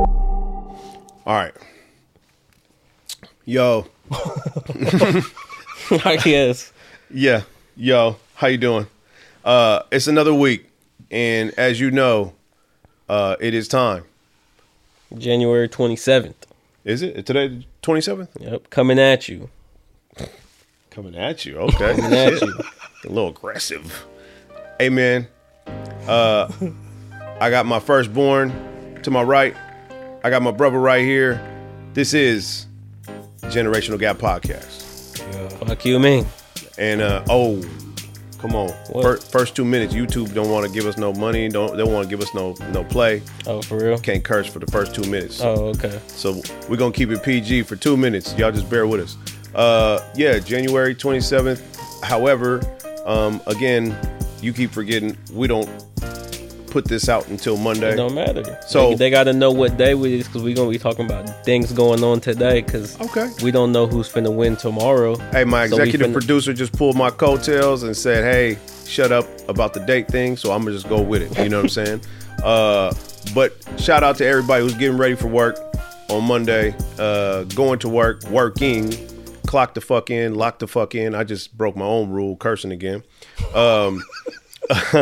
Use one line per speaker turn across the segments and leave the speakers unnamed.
All right. Yo.
I guess.
Yeah. Yo. How you doing? Uh, it's another week, and as you know, uh, it is time.
January 27th.
Is it today? Twenty seventh.
Yep. Coming at you.
Coming at you. Okay.
Coming at you.
A little aggressive. Hey man. Uh, I got my firstborn to my right. I got my brother right here. This is Generational Gap Podcast.
Fuck you, man.
And uh, oh, come on!
What?
Fir- first two minutes, YouTube don't want to give us no money. Don't they want to give us no no play?
Oh, for real?
Can't curse for the first two minutes.
Oh, okay.
So we're gonna keep it PG for two minutes. Y'all just bear with us. Uh, yeah, January 27th. However, um, again, you keep forgetting we don't put this out until Monday.
It don't matter.
So-
So they, got to know what day it is because we're gonna be talking about things going on today. Because
Okay.
we don't know who's finna win tomorrow.
Hey, my
So we
executive
finna-
producer just pulled my coattails and said, "Hey, shut up about the date thing." So I'm gonna just go with it. You know what I'm saying? Uh, but shout out to everybody who's getting ready for work on Monday, uh, going to work, working, clock the fuck in, lock the fuck in. I just broke my own rule, cursing again.
We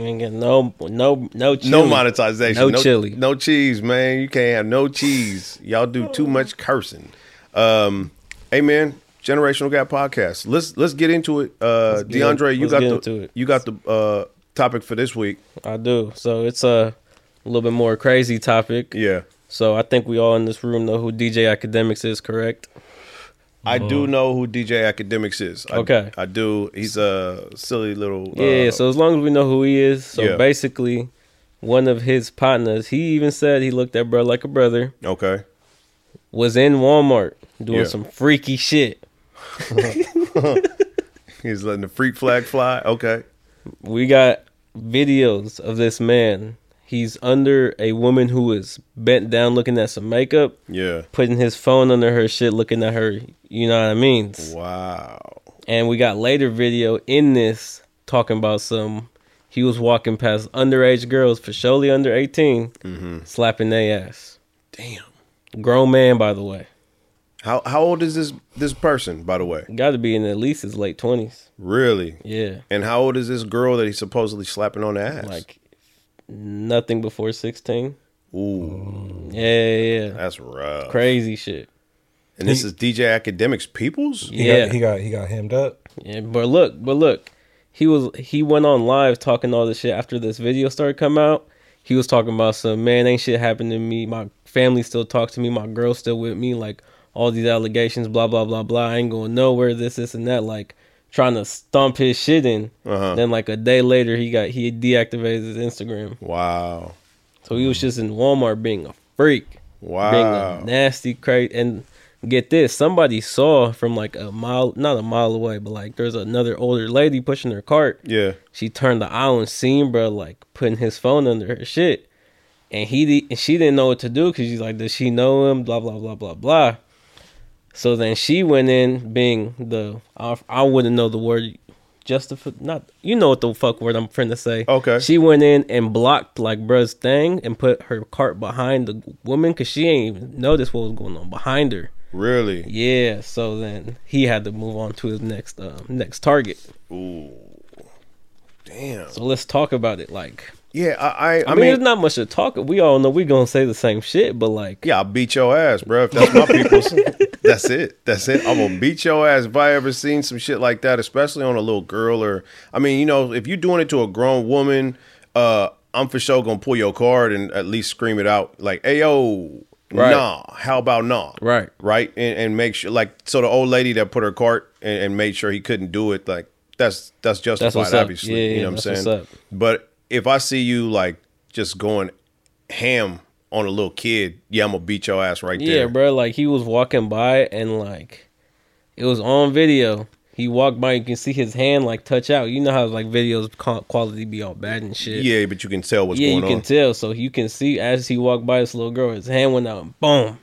ain't getting no, no, no, chili.
No monetization.
No chili.
No cheese, man. You can't have no cheese. Y'all do too much cursing. Um, hey, man. Generational Gap podcast. Let's let's get into it. Uh,
get
DeAndre,
in-
you
let's
got
get
the
into it.
you got the uh, topic for this week.
I do. So it's a little bit more crazy topic.
Yeah,
So I think we all in this room know who DJ Academics is, correct?
I do know who DJ Academics is. I,
Uh-huh. Okay.
I do. He's a silly little. uh,
Yeah, so as long as we know who he is, so
Yeah.
basically, one of his partners, he even said he looked at bro like a brother,
uh, okay.
was in Walmart doing
Yeah.
some freaky shit.
He's letting the freak flag fly. Okay.
We got videos of this man. He's under a woman who is bent down looking at some makeup,
Yeah.
putting his phone under her shit, looking at her. You know what I mean?
Wow.
And we got later video in this talking about some. He was walking past underage girls, for surely under 18, slapping their ass.
Damn.
Grown man, by the way.
How how old is this this person? By the way,
Got to be in at least his late 20s.
really.
Yeah.
And how old is this girl that he's supposedly slapping on the ass?
Like nothing before 16. oh.
ooh,
Yeah, yeah, yeah.
that's rough.
Crazy shit.
And this is DJ Academics Peoples.
Yeah.
He got he got he got hemmed up.
Yeah, but look, but look, he was he went on live talking all this shit after this video started come out. He was talking about some man ain't shit happened to me. My family still talks to me. My girl still with me. Like all these allegations, blah blah blah blah. I ain't going nowhere. This this and that. Like trying to stomp his shit in.
Uh-huh.
Then like a day later, he got he deactivated his Instagram.
Wow,
So he was just in Walmart being a freak, being
wow.
a nasty crazy. And get this, somebody saw from like a mile, not a mile away, but like there's another older lady pushing her cart.
yeah,
She turned the aisle and seen bro like putting his phone under her shit, and he di- and she didn't know what to do because she's like, does she know him? Blah blah blah blah blah. So then she went in being the I, I wouldn't know the word justify not you know what the fuck word I'm trying to say.
Okay.
She went in and blocked like bruh's thing and put her cart behind the woman because she ain't even noticed what was going on behind her.
really.
Yeah. So then he had to move on to his next um, next target.
Ooh, damn.
So let's talk about it. Like
Yeah, I, I, I
I mean,
mean,
there's not much to talk. We all know we gonna say the same shit, but like,
yeah, I'll beat your ass, bro. If that's my people's, that's it. That's it. I'm gonna beat your ass if I ever seen some shit like that, especially on a little girl or. I mean, you know, if you're doing it to a grown woman, uh, I'm for sure gonna pull your card and at least scream it out, like, "Hey yo,
Right.
nah, how about nah?"
Right.
right, and, and make sure, like, so the old lady that put her cart and, and made sure he couldn't do it, like, that's that's justified,
what's up.
obviously.
Yeah,
you know
yeah,
what I'm
that's
saying?
what's up.
But if I see you like just going ham on a little kid, yeah, I'm gonna beat your ass right
yeah,
there.
bro, like he was walking by and like, it was on video. He walked by, you can see his hand like touch out. You know how like videos co- quality be all bad and shit.
Yeah, but you can tell what's
yeah, you
going
can
on.
tell. So you can see as he walked by this little girl, his hand went out and boom.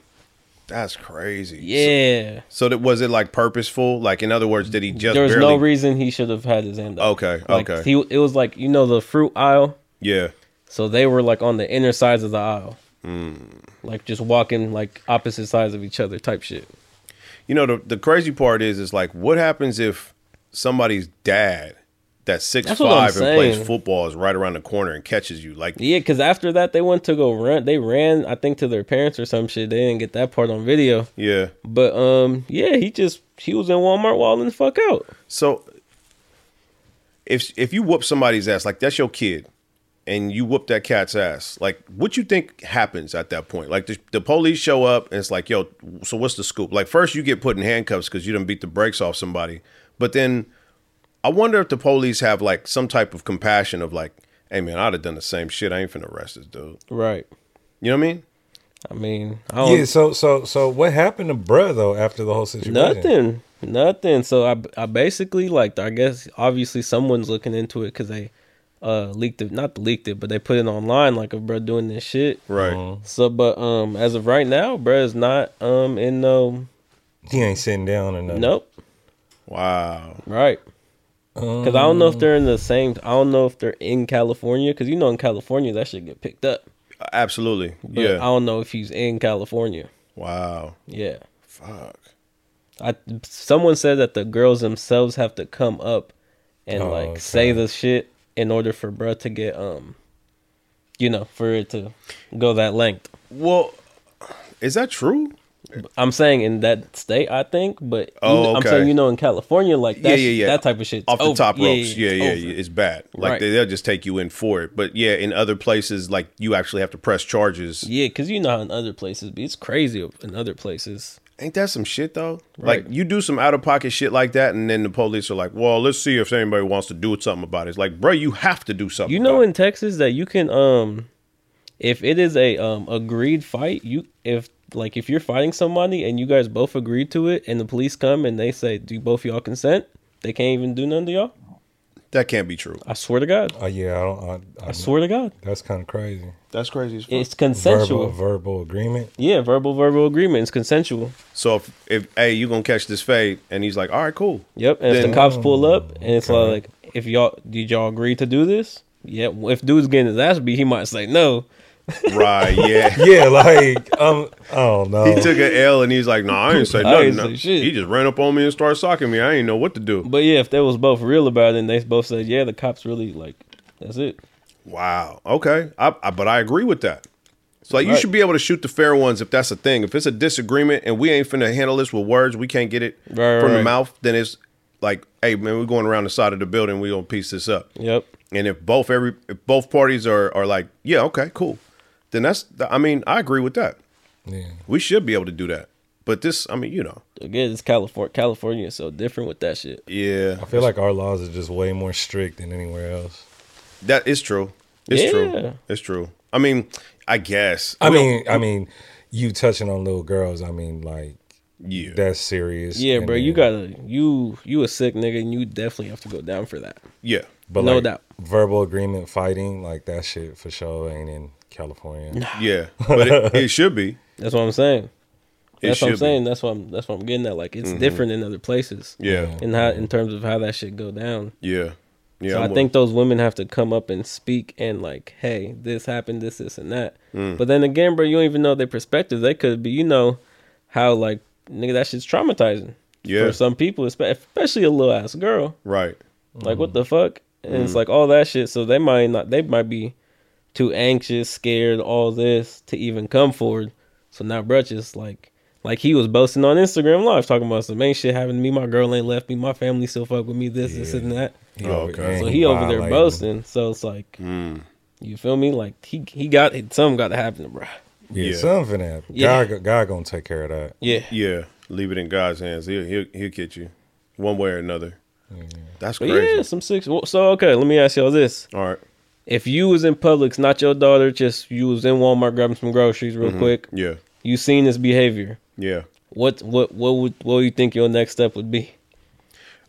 That's crazy. So-
Yeah.
So, that was it like purposeful? Like in other words, did he just
there was
barely
no reason he should have had his hand up.
Okay,
Like,
okay.
He it was like you know the fruit aisle,
Yeah.
so they were like on the inner sides of the aisle,
Hmm.
like just walking like opposite sides of each other type shit.
You know the the crazy part is is like what happens if somebody's dad that's six
That's what I'm
five and plays
saying.
football is right around the corner and catches you like
Yeah, because after that they went to go run. They ran, I think, to their parents or some shit. They didn't get that part on video,
yeah.
but um, yeah, he just he was in Walmart walling the fuck out.
So if if you whoop somebody's ass, like that's your kid, and you whoop that cat's ass, like what you think happens at that point? Like the, the police show up and it's like, yo, so what's the scoop? Like first you get put in handcuffs because you done beat the brakes off somebody, but then I wonder if the police have like some type of compassion of like, hey man, I'd have done the same shit. I ain't finna arrest this dude.
Right.
You know what I mean?
I mean, I don't.
Yeah, so so so what happened to bruh though after the whole situation?
Nothing, nothing. So I, I basically like, I guess obviously someone's looking into it because they uh leaked it, not leaked it, but they put it online like a bro doing this shit.
Right.
So, but um, as of right now, bro is not um in no,
He ain't sitting down or nothing.
nope,
Wow.
right. Because I don't know if they're in
Um.
the same. I don't know if they're in California because you know in California that should get picked up.
Absolutely.
But I
yeah.
don't know if he's in California.
Wow.
Yeah.
Fuck.
I someone said that the girls themselves have to come up and
Oh,
like
okay.
say the shit in order for bruh to get um you know for it to go that length.
Well, is that true?
I'm saying in that state, I think, but you-
Oh,
I'm
okay.
saying you know in California, like that,
yeah, yeah, yeah.
that type of shit
off the top ropes. Yeah, yeah, yeah,
it's over.
it's bad. Like
Right.
they, they'll just take you in for it. But yeah, in other places, like you actually have to press charges.
Yeah, because you know how in other places, but it's crazy in other places.
Ain't that some shit though?
Right.
Like you do some out of pocket shit like that, and then the police are like, "Well, let's see if anybody wants to do something about it." It's like, bro, you have to do something.
You know
about
in Texas that you can um if it is a um agreed fight, you if like if you're fighting somebody and you guys both agreed to it and the police come and they say, Do both y'all consent? They can't even do nothing to y'all.
it. that can't be true.
I swear to God.
Oh yeah, I don't. I, I,
I swear to God.
that's kind of crazy.
That's crazy. As fuck.
It's
Verbal
consensual.
verbal agreement.
Yeah, verbal verbal agreement. It's consensual.
So if, if hey, you gonna catch this fade, and he's like, "All right, cool."
Yep. And if
Then-
the cops pull up and it's
okay.
like if y'all did y'all agree to do this? Yeah, if dude's getting his ass beat, he might say no.
right? Yeah.
Yeah, like um, I don't know.
He took an L and he's like, "No, I ain't say
I
nothing."
ain't
no."
say shit.
He just ran up on me and started socking me. I ain't know what to do.
But yeah, if they was both real about it and they both said, Yeah, the cops really like that's it.
Wow. Okay. I, I but I agree with that. So like, you
Right.
should be able to shoot the fair ones if that's a thing. If it's a disagreement and we ain't finna handle this with words, we can't get it
Right,
from the
right.
mouth. Then it's like, hey man, we're going around the side of the building. We gonna piece this up.
Yep.
And if both every if both parties are are like, yeah, okay, cool, then that's. I mean, I agree with that.
yeah.
We should be able to do that. But this, I mean, you know,
again, it's California. California is so different with that shit.
yeah,
I feel like our laws are just way more strict than anywhere else.
that is true. It's
Yeah.
true. It's true. I mean, I guess.
I mean, I mean, you touching on little girls. I mean, like
yeah.
that's serious.
Yeah,
And
bro, you
then-
gotta you you a sick nigga, and you definitely have to go down for that.
yeah.
but
no
like,
doubt.
Verbal agreement fighting like that shit for sure ain't in California.
Yeah. But it, it should be.
That's what I'm saying.
It
That's
should
what I'm
be. Mm-hmm.
saying. That's what I'm that's what I'm getting at. Like it's different in other places.
Yeah.
In how in terms of how that shit go down.
Yeah. Yeah.
So
I'm
I
with-
think those women have to come up and speak and like, hey, this happened, this, this, and that.
Mm.
But then again, bro, you don't even know their perspective. They could be, you know, how like nigga that shit's traumatizing.
Yeah.
For some people, espe- especially a little ass girl.
Right.
Like what
Mm.
the fuck? And it's like all that shit. So they might not. They might be too anxious, scared, all this to even come forward. So now bruh just like like he was boasting on Instagram live talking about some ain't shit happened to me. My girl ain't left me. My family still fuck with me. This, this, and that.
He
Oh,
over-
okay.
So
and
he over there
violating.
boasting. So it's like, you feel me? Like he he got something got to happen to bruh.
Yeah,
Yeah.
something happened.
Yeah.
God, God gonna take care of that.
Yeah.
Yeah. Leave it in God's hands. He'll he'll, he'll get you, one way or another. That's
Mm-hmm. But
crazy.
yeah, some six. well, So okay, let me ask y'all this:
All right.
If you was in Publix, not your daughter, just you was in Walmart grabbing some groceries real quick,
Yeah.
you seen this behavior.
Yeah.
What what what would what would you think your next step would be?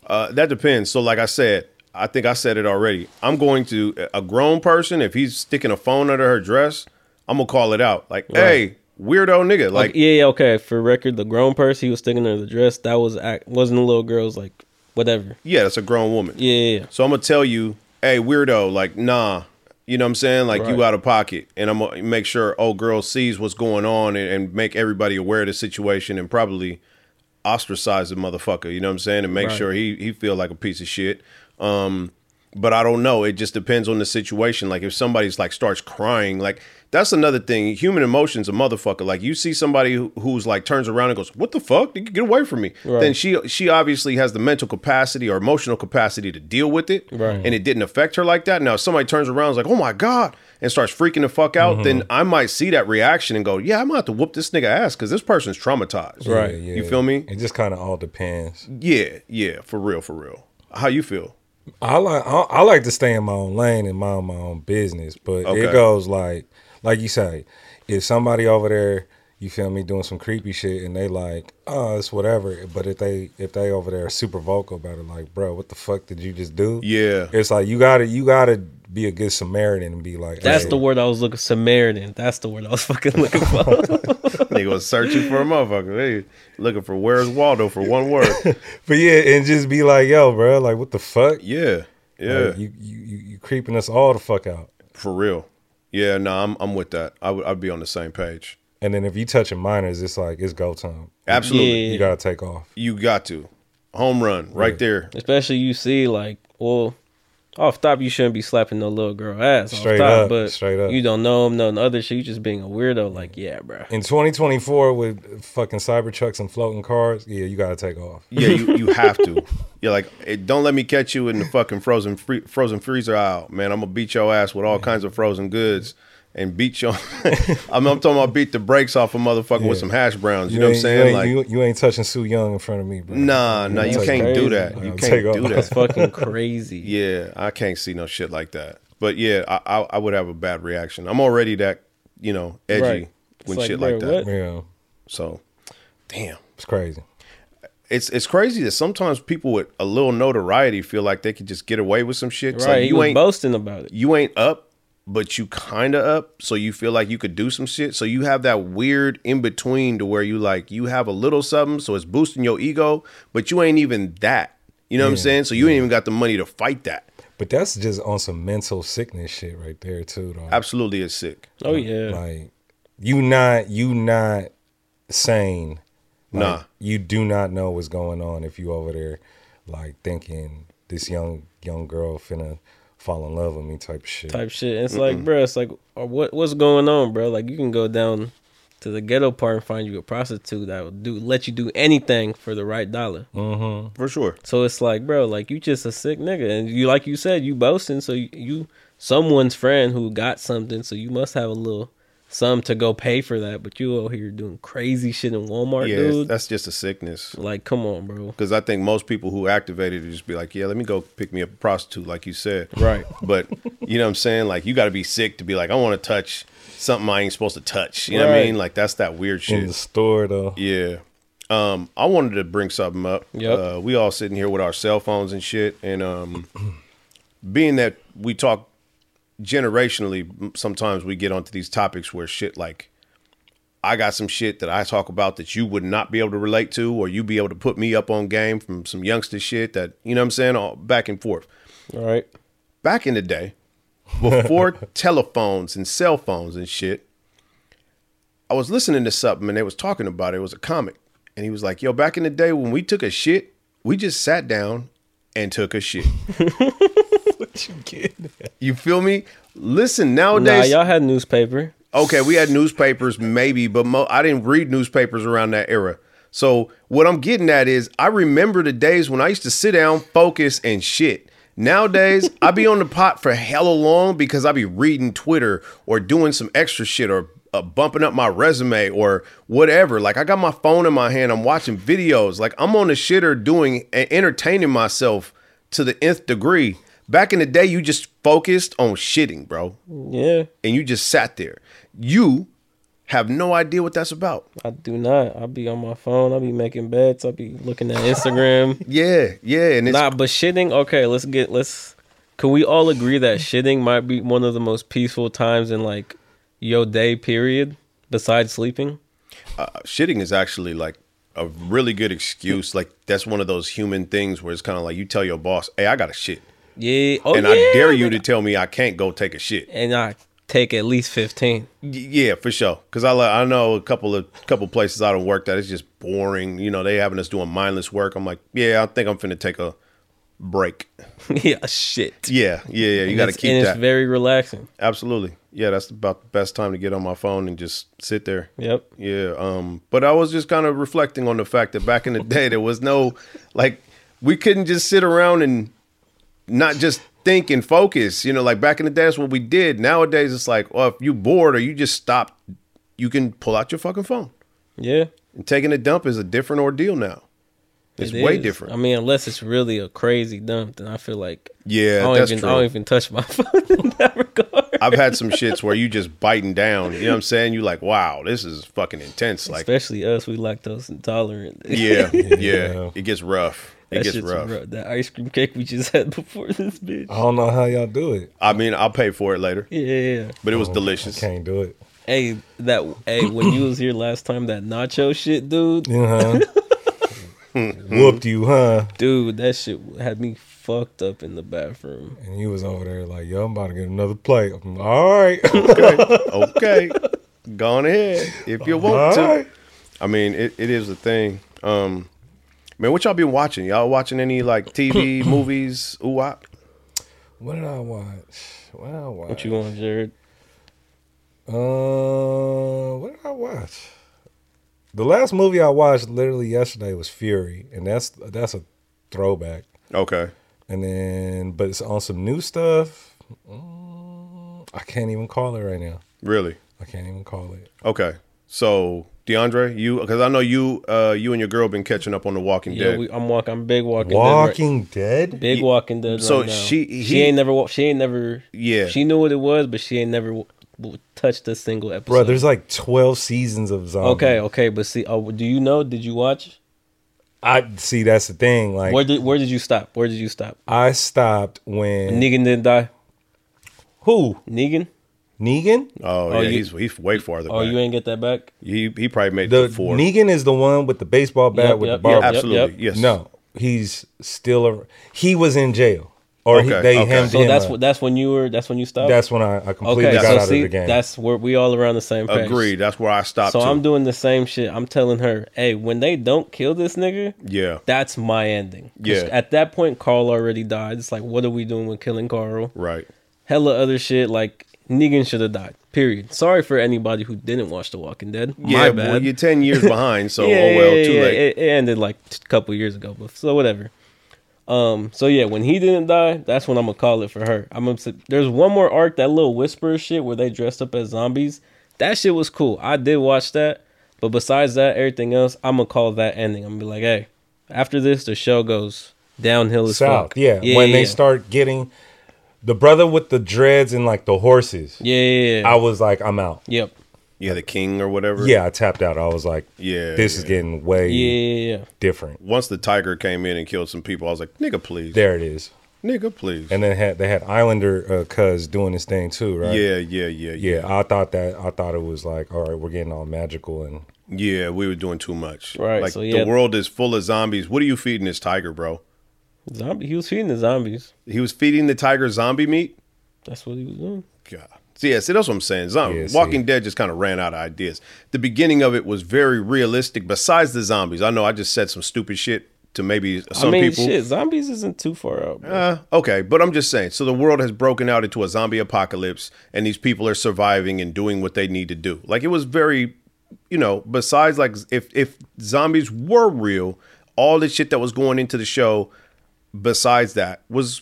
Uh, that depends. So, like I said, I think I said it already. I'm going to a grown person. If he's sticking a phone under her dress, I'm gonna call it out. Like, hey, weirdo nigga. Like,
yeah, yeah, okay. For record, the grown person he was sticking her the dress that was act, wasn't the little girl's like whatever.
yeah, that's a grown woman.
Yeah, yeah, yeah.
So I'm gonna tell you, hey, weirdo, like, nah. You know what I'm saying? Like you
Right.
out of pocket. And I'm gonna make sure old girl sees what's going on and, and make everybody aware of the situation and probably ostracize the motherfucker, you know what I'm saying? And make
Right.
sure he he feel like a piece of shit. Um but I don't know. It just depends on the situation. Like if somebody's like starts crying, like that's another thing. Human emotions, a motherfucker. Like you see somebody who, who's like turns around and goes, "What the fuck? Get away from me!"
Right.
Then she she obviously has the mental capacity or emotional capacity to deal with it,
Right.
and it didn't affect her like that. Now if somebody turns around, and is like, "Oh my god," and starts freaking the fuck out.
Mm-hmm.
Then I might see that reaction and go, "Yeah, I'm gonna have to whoop this nigga ass because this person's traumatized."
Right.
Yeah,
You
yeah.
feel me?
It just kind of all depends.
Yeah, yeah, for real, for real. How you feel?
I like I, I like to stay in my own lane and mind my own business, but
Okay.
it goes like like you say, if somebody over there, you feel me, doing some creepy shit, and they like, oh, it's whatever. But if they if they over there super vocal about it, like, bro, what the fuck did you just do?
Yeah,
It's like you gotta you gotta be a good Samaritan and be like,
That's
hey,
the word I was looking Samaritan. That's the word I was fucking looking for.
they gonna search you for a motherfucker. They looking for where's Waldo for one word.
but yeah, and just be like, yo, bro, like what the fuck?
Yeah, yeah,
Like, you, you you you creeping us all the fuck out.
for real. Yeah, no, I'm I'm with that. I would I'd be on the same page.
And then if you touching minors, it's like it's go time.
Absolutely,
Yeah.
You gotta take off.
you got to home run right there.
Especially you see like, well, off top you shouldn't be slapping no little girl ass.
Straight
off top,
up,
but
straight up.
You don't know him, none other shit. You just being a weirdo. Like, yeah, bro.
in 2024 with fucking Cybertrucks and floating cars, yeah, you gotta take off.
Yeah, you, you have to. You're like, "Hey, don't let me catch you in the fucking frozen free, frozen freezer aisle, man. I'm gonna beat your ass with all kinds of frozen goods and beat your. I'm, I'm talking about beat the brakes off a motherfucker with
Yeah.
some hash browns. You, know what I'm
ain't-
saying?
You
like,
ain't, you, you ain't touching Sue Young in front of me, bro.
nah, nah, you
That's
can't do
crazy.
that.
Like,
You
I'll take
can't
off.
do that.
That's fucking crazy.
Yeah, I can't see no shit like that. But yeah, I I, I would have a bad reaction. I'm already that you know edgy
Right. It's
when
like,
shit
bro,
like that.
what?
Yeah,
So, damn,
it's crazy.
it's it's crazy that sometimes people with a little notoriety feel like they could just get away with some shit. It's
Right,
like,
he
you
was
ain't
boasting about it.
you ain't up, but you kind of up, so you feel like you could do some shit. So you have that weird in between to where you like you have a little something, so it's boosting your ego, but you ain't even that. You know what I'm saying? So you ain't even got the money to fight that.
But that's just on some mental sickness shit right there too, though.
Absolutely, it's sick.
Oh yeah,
Like you not you not sane. Like,
Nah.
You do not know what's going on if you over there like thinking this young young girl finna fall in love with me type of shit.
type shit. And it's like, bro, it's like, uh, what what's going on, bro? Like, you can go down to the ghetto part and find you a prostitute that will do let you do anything for the right dollar.
For sure.
So it's like, bro, like you just a sick nigga, and you like you said, you boasting. So you, you someone's friend who got something, so you must have a little sum to go pay for that. But you out here doing crazy shit in Walmart,
Yeah,
dude.
that's just a sickness.
Like, come on, bro.
Because I think most people who activated it just be like, yeah, let me go pick me up a prostitute, like you said.
Right.
But you know what I'm saying? Like, you got to be sick to be like, I want to touch something I ain't supposed to touch. You know what I
Right.
mean? Like, that's that weird
in the
shit.
store though.
Yeah. Um, I wanted to bring something up.
Yep.
Uh, we all sitting here with our cell phones and shit. And um, being that we talk generationally, m- sometimes we get onto these topics where shit like I got some shit that I talk about that you would not be able to relate to, or you be able to put me up on game from some youngster shit that you know what I'm saying, all back and forth.
All right,
Back in the day, before telephones and cell phones and shit, I was listening to something and they was talking about it. It was a comic, and he was like, "Yo, back in the day when we took a shit, we just sat down and took a shit."
What you getting?
You feel me? Listen,
nah,
nowadays,
y'all had newspaper.
okay, we had newspapers, maybe, but mo- I didn't read newspapers around that era. So what I'm getting at is, I remember the days when I used to sit down, focus, and shit. Nowadays, I be on the pot for hella long because I be reading Twitter or doing some extra shit or uh, bumping up my resume or whatever. Like I got my phone in my hand, I'm watching videos. Like I'm on the shitter doing and entertaining myself to the nth degree. Back in the day, you just focused on shitting, bro
Yeah,
and you just sat there. You have no idea what that's about.
I do not. I'll be on my phone. I'll be making bets. I'll be looking at Instagram.
Yeah, yeah, and it's
nah, but shitting. Okay, let's get let's. Can we all agree that shitting might be one of the most peaceful times in like your day period? besides sleeping?
shitting is actually like a really good excuse. Like that's one of those human things where it's kind of like you tell your boss, "Hey, I got to shit,"
Yeah. Oh,
and I
yeah.
dare you to tell me I can't go take a shit.
And I take at least 15.
Y- Yeah, for sure. Because I like I know a couple of couple places I don't work that it's just boring. You know, they having us doing mindless work. I'm like, yeah, I think I'm finna take a break.
yeah, shit.
Yeah, yeah, yeah. You got to
It's- and
keep that.
It's very relaxing.
Absolutely. Yeah, that's about the best time to get on my phone and just sit there.
Yep.
Yeah. Um, but I was just kind of reflecting on the fact that back in the day there was no like we couldn't just sit around and not just think and focus. You know, like back in the day that's what we did. Nowadays it's like, well, if you bored or you just stop, you can pull out your fucking phone.
Yeah.
And taking a dump is a different ordeal now. It's
it
way
is.
different.
I mean, unless it's really a crazy dump, then I feel like
Yeah,
I don't
that's
even
true.
I don't even touch my phone in that regard.
I've had some shits where you just biting down. You know what I'm saying? You like, wow, this is fucking intense. Like
Especially us, we lactose intolerant.
Yeah, yeah.
Yeah.
It gets rough. It
That
gets
shit's
rough. Oh.
rough. That ice cream cake we just had before this bitch.
I don't know how y'all do it.
I mean, I'll pay for it later,
Yeah.
but it was
I
delicious.
can't do it.
Hey, that hey, when you was here last time, that nacho shit, dude,
You know, huh? whooped you, huh?
dude, that shit had me fucked up in the bathroom.
And you was over there like, yo, I'm about to get another plate. I'm like, all right,
Okay, go on ahead if you
all
want to.
right.
I mean, it, it is a thing. Um, man, what y'all been watching? Y'all watching any like TV, movies? Ooh, wop?
What did I watch? What did I watch?
What you want, Jared?
Uh, what did I watch? The last movie I watched literally yesterday was Fury, and that's that's a throwback.
Okay,
And then, but it's on some new stuff. Mm, I can't even call it right now.
really?
I can't even call it.
Okay. So DeAndre, you because I know you, uh, you and your girl been catching up on The Walking
Yeah,
Dead.
we, I'm walking. I'm big walking. Dead right-
Walking Dead.
big walking dead.
So
right now.
she-
she
he-
ain't never wa- she ain't never
Yeah.
she knew what it was, but she ain't never w- w- touched a single episode.
Bro, there's like 12 seasons of zombie.
okay, okay, but see, oh, do you know? Did you watch?
I see that's the thing. Like
Where did where did you stop? Where did you stop?
I stopped when
Negan didn't die.
who?
Negan.
Negan?
oh,
Oh,
yeah,
you-
he's he's way farther.
Oh,
back.
you ain't get that back.
he he probably made
The
the four.
Negan is the one with the baseball bat
Yep,
with
yep,
the barber.
yep, yep.
Absolutely, yes.
No, he's still a, he was in jail or he,
Okay,
they
okay.
hemmed
So
him.
that's
up.
what that's when you were. That's when you stopped.
that's when I, I completely
okay.
got
So
out
see,
of the game.
that's where we all around the same page.
Agreed. That's where I stopped.
So
too.
I'm doing the same shit. I'm telling her, hey, when they don't kill this nigga,
Yeah.
that's my ending. 'Cause
Yeah.
At that point, Carl already died. It's like, what are we doing with killing Carl?
Right.
Hella other shit. Like Negan should have died. Period. Sorry for anybody who didn't watch The Walking Dead. my
Yeah,
bad.
well, you're ten years behind, so
yeah,
oh well,
yeah,
too
yeah,
late.
It, it ended like a couple years ago, but so whatever. Um, so yeah, when he didn't die, that's when I'm gonna call it for her. I'm upset. There's one more arc, that little whisperer shit where they dressed up as zombies. That shit was cool. I did watch that, but besides that, everything else, I'm gonna call that ending. I'm gonna be like, hey, after this, the show goes downhill as
South.
fuck.
Yeah, when
yeah,
they
yeah.
start getting the brother with the dreads and like the horses.
yeah, yeah, yeah.
I was like, I'm out.
yep,
Yeah, the king or whatever.
Yeah, I tapped out. I was like,
Yeah,
this is
yeah.
getting way
yeah, yeah, yeah.
different.
Once the tiger came in and killed some people, I was like, "Nigga, please,
There it is.
nigga, please."
And then had they had Islander uh, cuz doing his thing too, right?
yeah, yeah, yeah, yeah,
Yeah, I thought that I thought it was like, all right, we're getting all magical and
yeah. We were doing too much.
Right,
Like
so yeah.
the world is full of zombies. What are you feeding this tiger, bro?
Zombie. He was feeding the zombies.
He was feeding the tiger zombie meat.
That's what he was doing.
God. See, yeah, see, that's what I'm saying. Zombie,
Yeah, see.
Walking Dead just kind of ran out of ideas. The beginning of it was very realistic. Besides the zombies, I know I just said some stupid shit to maybe some
I mean,
people.
shit, zombies isn't too far out. Bro.
Uh, okay, but I'm just saying. So the world has broken out into a zombie apocalypse, and these people are surviving and doing what they need to do. Like it was very, you know. Besides, like if if zombies were real, all the shit that was going into the show, besides that, was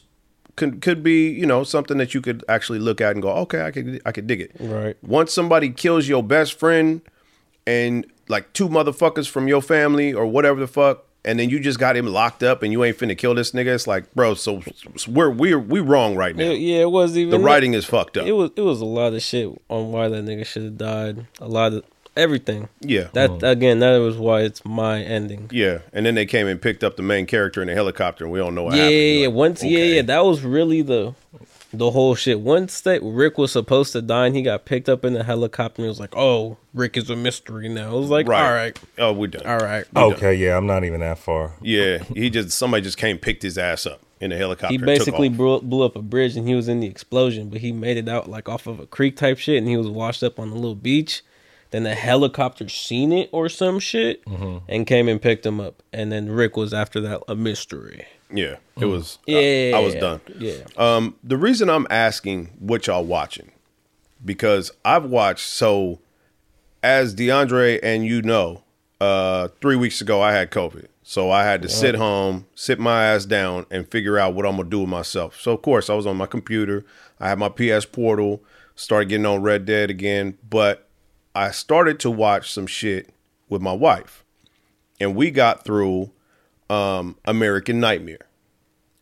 could could be you know something that you could actually look at and go, okay, I could I could dig it.
Right.
Once somebody kills your best friend, and like two motherfuckers from your family or whatever the fuck, and then you just got him locked up and you ain't finna kill this nigga. It's like, bro, so, so we're we're we wrong right now.
It- yeah, it was even
the
that.
writing is fucked up.
It was it was a lot of shit on why that nigga should have died. A lot of everything.
yeah,
That again, that was why it's my ending.
yeah. And then they came and picked up the main character in a helicopter, and we don't know what
Yeah,
happened. You're
yeah, yeah.
like,
Once, yeah,
okay.
yeah. That was really the the whole shit. Once that Rick was supposed to die and he got picked up in a helicopter, and it was like, oh, Rick is a mystery now. It was like, all right,
Oh, we're done.
all right.
Okay, yeah, I'm not even that far.
Yeah, he just somebody just came picked his ass up in a helicopter.
He
and took
basically
off.
blew, blew up a bridge and he was in the explosion, but he made it out like off of a creek type shit and he was washed up on a little beach. Then the helicopter seen it or some shit
Mm-hmm.
and came and picked him up. And then Rick was after that a mystery.
yeah, it was. I-
Mm. Yeah.
I, was done.
Yeah.
Um, the reason I'm asking what y'all watching because I've watched so as DeAndre and you know, uh, three weeks ago I had COVID, so I had to sit home, sit my ass down, and figure out what I'm gonna do with myself. So of course I was on my computer. I had my PS Portal. Started getting on Red Dead again, but I started to watch some shit with my wife, and we got through um, American Nightmare.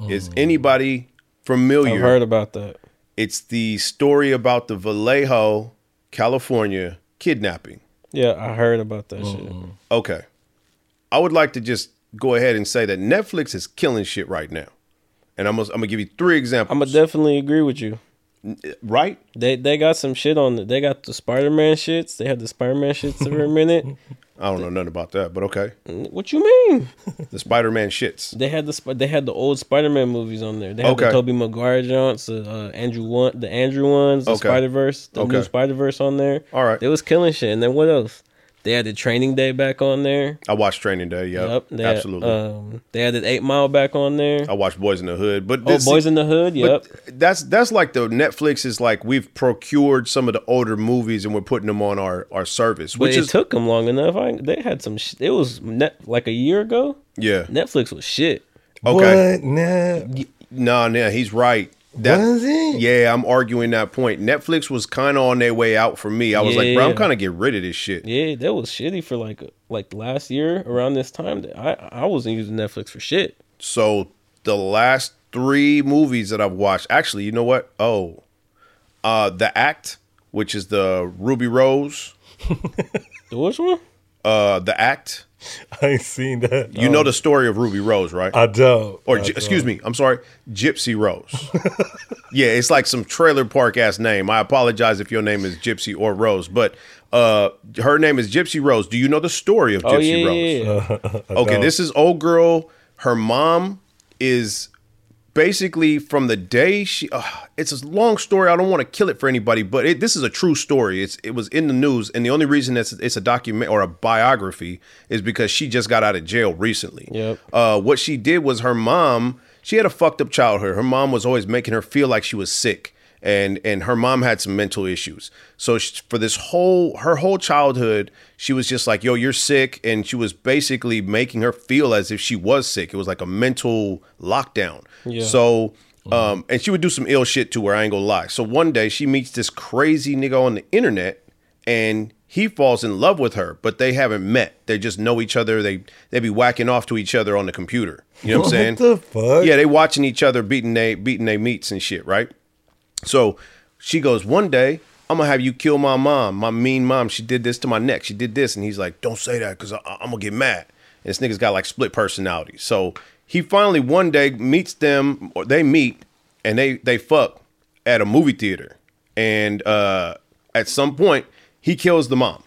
Is anybody familiar?
I've heard about that.
It's the story about the Vallejo, California kidnapping.
Yeah, I heard about that
Mm-hmm.
shit.
Okay. I would like to just go ahead and say that Netflix is killing shit right now. And I'm gonna, I'm gonna give you three examples.
I'm going to definitely agree with you.
right?
They they got some shit on it. They got the Spider Man shits. They had the Spider Man shits for a minute.
I don't know nothing about that, but okay.
What you mean?
The Spider Man shits.
They had the Sp- they had the old Spider Man movies on there. They had
Okay.
the Tobey Maguire joints, the uh, Andrew one, the Andrew ones, the
Okay.
Spider Verse, the
Okay.
new Spider Verse on there.
All right.
they was killing shit. And then what else? They had the Training Day back on there.
I watched Training Day. Yeah,
Yep, they
absolutely.
Had, um, they had the Eight Mile back on there.
I watched Boys in the Hood, but
Oh,
this,
Boys in the Hood. Yep,
But that's that's like the Netflix is like we've procured some of the older movies and we're putting them on our our service,
but
which
it
is
took them long enough. I, they had some. Sh- it was net like a year ago.
yeah.
Netflix was shit.
Okay.
What? Nah,
No, no, he's right. That,
Was it?
Yeah, I'm arguing that point. Netflix was kind of on their way out for me. I was like, bro, I'm
Yeah.
kind of getting rid of this shit.
Yeah, that was shitty for like like last year around this time. I I wasn't using Netflix for shit.
So the last three movies that I've watched, actually, you know what? Oh, uh, The Act, which is the Ruby Rose,
Which one?
uh, The Act.
I ain't seen that. Uh,
You
Oh.
know the story of Ruby Rose, right?
I don't.
or
I
Gy- excuse me, I'm sorry, Gypsy Rose. yeah, it's like some trailer park ass name. I apologize if your name is Gypsy or Rose, but uh, her name is Gypsy Rose. Do you know the story of Gypsy
Oh yeah,
Rose?
yeah, yeah.
Okay, this is old girl. Her mom is basically from the day she. Uh, it's a long story. I don't want to kill it for anybody, but it, this is a true story. It's it was in the news, and the only reason it's it's a document or a biography is because she just got out of jail recently.
Yep.
Uh, what she did was her mom. She had a fucked up childhood. Her mom was always making her feel like she was sick, and and her mom had some mental issues. So sh for this whole her whole childhood, she was just like, "Yo, you're sick," and she was basically making her feel as if she was sick. It was like a mental lockdown.
Yeah.
So. Um, and she would do some ill shit to her, I ain't gonna lie. So one day she meets this crazy nigga on the internet and he falls in love with her, but they haven't met. They just know each other. They they be whacking off to each other on the computer. You know what, I'm saying?
What the fuck?
Yeah, they watching each other beating they beating they meats and shit, right? So she goes, one day I'm gonna have you kill my mom, my mean mom. She did this to my neck. She did this, and he's like, don't say that because I'm gonna get mad. And this nigga's got like split personality. So he finally one day meets them, or they meet, and they they fuck at a movie theater, and uh, at some point he kills the mom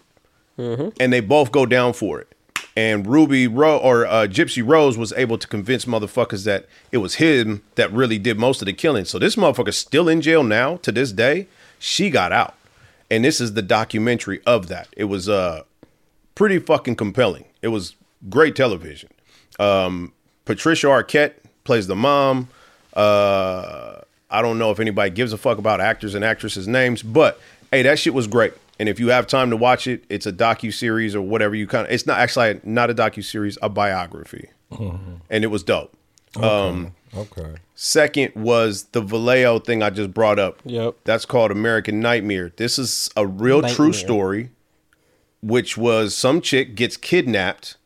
and they both go down for it. And Ruby Ro- or uh, Gypsy Rose was able to convince motherfuckers that it was him that really did most of the killing. So this motherfucker's still in jail now to this day. She got out, and this is the documentary of that. It was uh pretty fucking compelling. It was great television. Um, Patricia Arquette plays the mom. Uh, I don't know if anybody gives a fuck about actors and actresses' names, but hey, that shit was great. And if you have time to watch it, it's a docu series or whatever you kind of. It's not actually not a docu series, a biography, and it was dope.
Okay.
Second was the Vallejo thing I just brought up.
Yep.
That's called American Nightmare. This is a real true
Nightmare.
story, which was some chick gets kidnapped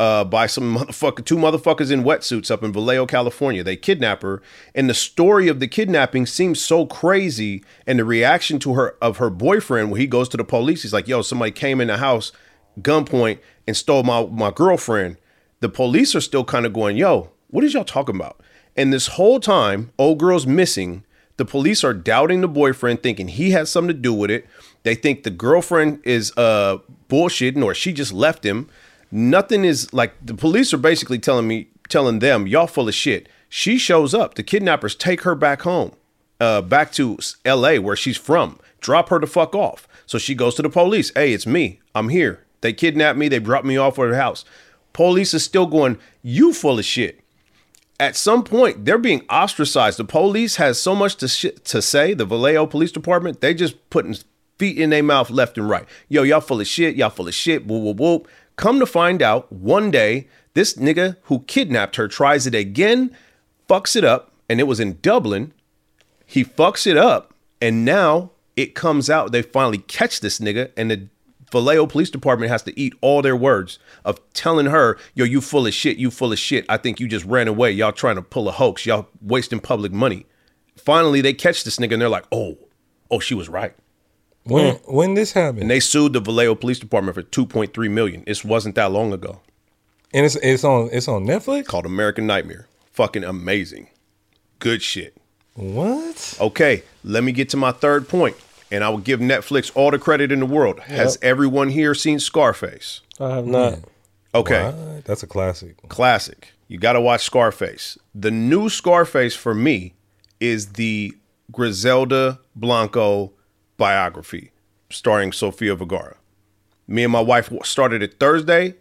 uh, by some motherfucker, two motherfuckers in wetsuits up in Vallejo, California. They kidnap her, and the story of the kidnapping seems so crazy, and the reaction to her of her boyfriend when he goes to the police, he's like, "Yo, somebody came in the house, gunpoint, and stole my my girlfriend." The police are still kind of going, "Yo, what is y'all talking about?" And this whole time, old girl's missing. The police are doubting the boyfriend, thinking he has something to do with it. They think the girlfriend is uh bullshitting or she just left him. Nothing is like the police are basically telling me telling them y'all full of shit. She shows up. The kidnappers take her back home uh, back to s- L.A. where she's from. Drop her the fuck off. So she goes to the police. Hey, it's me. I'm here. They kidnapped me. They dropped me off at her house. Police is still going. You full of shit. At some point, they're being ostracized. The police has so much to sh- to say. The Vallejo Police Department. They just putting feet in their mouth left and right. Yo, y'all full of shit. Y'all full of shit. Whoop whoop whoop. Come to find out, one day this nigga who kidnapped her tries it again, fucks it up, and it was in Dublin he fucks it up, and now it comes out. They finally catch this nigga, and the Vallejo Police Department has to eat all their words of telling her, "Yo, you full of shit. You full of shit. I think you just ran away. Y'all trying to pull a hoax. Y'all wasting public money." Finally, they catch this nigga, and they're like, "Oh, oh, she was right."
When
Mm.
when this happened,
And they sued the Vallejo Police Department for two point three million. This wasn't that long ago.
and it's it's on it's on Netflix.
Called American Nightmare. Fucking amazing. Good shit.
What?
Okay, let me get to my third point, and I will give Netflix all the credit in the world. Has everyone here seen Scarface?
I have not.
Okay,
What? That's a classic.
classic. You got to watch Scarface. The new Scarface for me is the Griselda Blanco biography starring Sofia Vergara. Me and my wife wa- started it Thursday.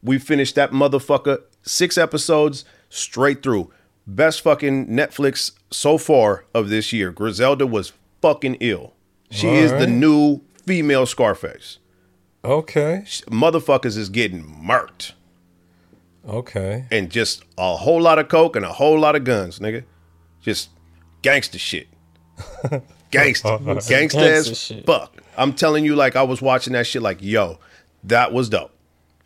We finished that motherfucker six episodes straight through. Best fucking Netflix so far of this year. Griselda was fucking ill. She is the
Alright.
new female Scarface.
Okay.
Motherfuckers is getting murked
Okay.
and just a whole lot of coke and a whole lot of guns, nigga. Just gangster shit. gangster. gangster
Gangsta
as
shit.
fuck. I'm telling you, like, I was watching that shit, like, yo, that was dope.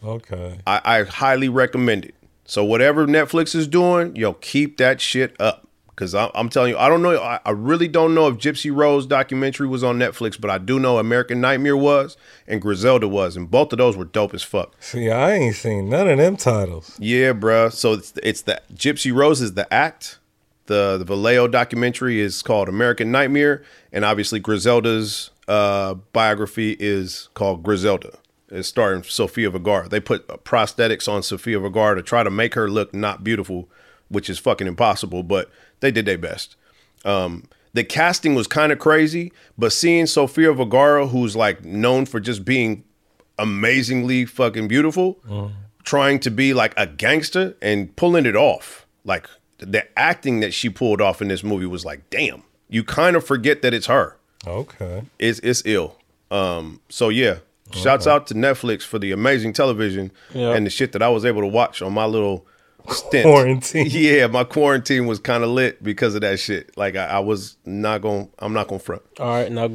Okay.
I, I highly recommend it. So, whatever Netflix is doing, yo, keep that shit up. Because I'm telling you, I don't know. I, I really don't know if Gypsy Rose documentary was on Netflix, but I do know American Nightmare was and Griselda was. And both of those were dope as fuck.
See, I ain't seen none of them titles.
Yeah, bruh. So it's, it's the Gypsy Rose is the act. The the Vallejo documentary is called American Nightmare, and obviously Griselda's uh, biography is called Griselda. It's starring Sofia Vergara. They put prosthetics on Sofia Vergara to try to make her look not beautiful, which is fucking impossible. But they did their best. Um, the casting was kind of crazy, but seeing Sofia Vergara, who's like known for just being amazingly fucking beautiful, trying to be like a gangster and pulling it off. Like the acting that she pulled off in this movie was like, damn, you kind of forget that it's her.
Okay.
It's it's ill. Um, so yeah, shouts out to Netflix for the amazing television
Yeah.
and the shit that I was able to watch on my little stint.
Quarantine.
Yeah, my quarantine was kind of lit because of that shit. Like I, I was not going, I'm not going to front.
All right, now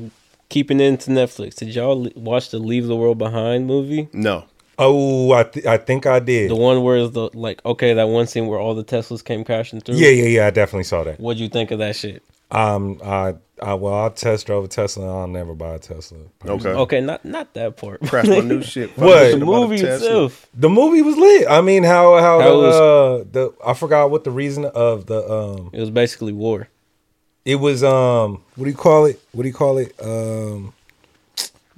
keeping it into Netflix. Did y'all le- watch the Leave the World Behind movie?
No,
Oh, I th- I think I did.
The one where it's the like okay, that one scene where all the Teslas came crashing through.
Yeah, yeah, yeah. I definitely saw that.
What'd you think of that shit?
Um, I, I well, I test drove a Tesla. I'll never buy a Tesla.
okay,
Okay, not not that part.
crash my new shit.
What?
the movie
Tesla.
itself.
The movie was lit. I mean, how how,
How
the,
was-
uh, the I forgot what the reason of the um
It was basically war.
it was um what do you call it? What do you call it? Um,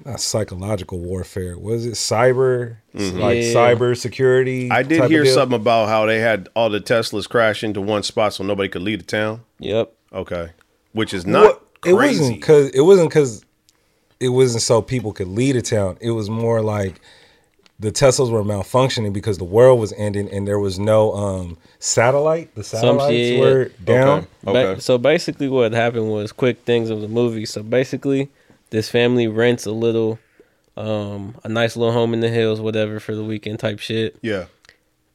not psychological warfare. Was it cyber like
Yeah.
cyber security?
Mm-hmm. I
type
did
of
hear
deal?
something about how they had all the Teslas crash into one spot so nobody could leave the town.
Yep.
Okay, which is not
Well,
crazy.
It wasn't because it wasn't because it wasn't so people could leave the town. It was more like the Teslas were malfunctioning because the world was ending and there was no um satellite. The
Some-
satellites
yeah,
were
yeah.
down.
Okay.
Ba- so basically, what happened was quick things of the movie. So basically, this family rents a little, um, a nice little home in the hills, whatever, for the weekend type shit.
yeah.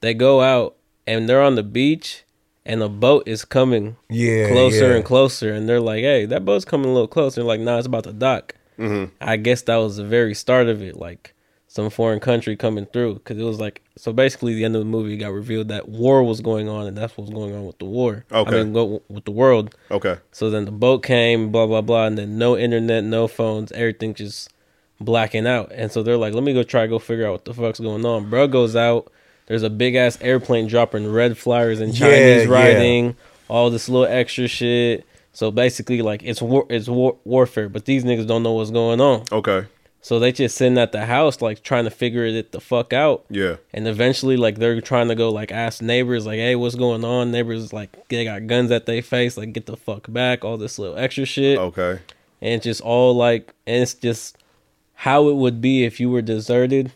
They go out and they're on the beach, and a boat is coming
Yeah,
closer
yeah.
and closer, and they're like, "Hey, that boat's coming a little closer." like, "Nah, it's about to dock."
Mm-hmm.
I guess that was the very start of it, like some foreign country coming through, because it was like so. Basically, the end of the movie it got revealed that war was going on, and that's what was going on with the war.
Okay.
I mean, go, with the world.
Okay.
So then the boat came, blah blah blah, and then no internet, no phones, everything just blacking out. And so they're like, "Let me go try to go figure out what the fuck's going on." Bro goes out. There's a big ass airplane dropping red flyers and
Yeah,
Chinese
yeah.
writing, all this little extra shit. So basically, like it's war, it's war, warfare, but these niggas don't know what's going on.
Okay.
So they just sitting at the house, like trying to figure it the fuck out.
Yeah.
And eventually, like they're trying to go like ask neighbors, like, "Hey, what's going on?" Neighbors like they got guns at their face, like get the fuck back, all this little extra shit,
Okay.
and it's just all like, and it's just how it would be if you were deserted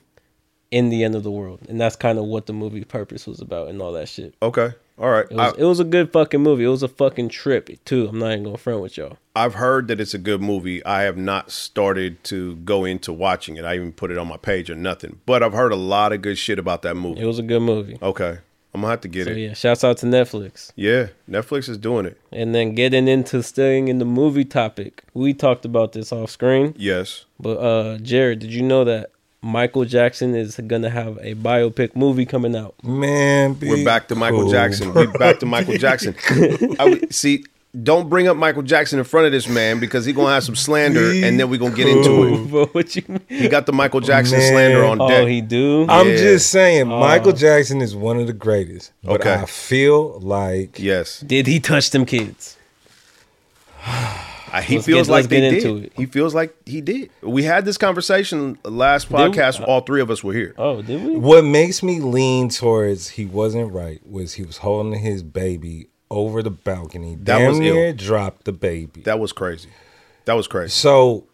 in the end of the world, and that's kind of what the movie purpose was about and all that shit.
Okay. All right.
It was,
I,
it was a good fucking movie. It was a fucking trip too. I'm not even gonna front with y'all.
I've heard that it's a good movie. I have not started to go into watching it. I even put it on my page or nothing. But I've heard a lot of good shit about that movie.
It was a good movie.
Okay. I'm gonna have to get
So
it.
yeah, shouts out to Netflix.
Yeah. Netflix is doing it.
And then getting into staying in the movie topic, we talked about this off screen.
Yes.
But uh Jared, did you know that Michael Jackson is gonna have a biopic movie coming out?
Man, be
We're back to Michael
cool,
Jackson.
bro.
We're back to Michael Jackson. I would- see, don't bring up Michael Jackson in front of this man because he's gonna have some slander,
Be
and then we're gonna get into it.
But what you mean?
He got the Michael Jackson
Man.
slander on deck.
Oh, he do.
I'm
Yeah. Uh-huh.
just saying, Michael Jackson is one of the greatest. But
Okay.
I feel like
yes,
Did he touch them kids?
I- he
Let's
feels
get-
like
let's
they
get
did.
into it.
He feels like he did. We had this conversation last podcast. all three of us were here.
Oh, did we?
what makes me lean towards he wasn't right was he was holding his baby over the balcony.
That
damn
was ill.
near dropped the baby.
That was crazy. That was crazy.
so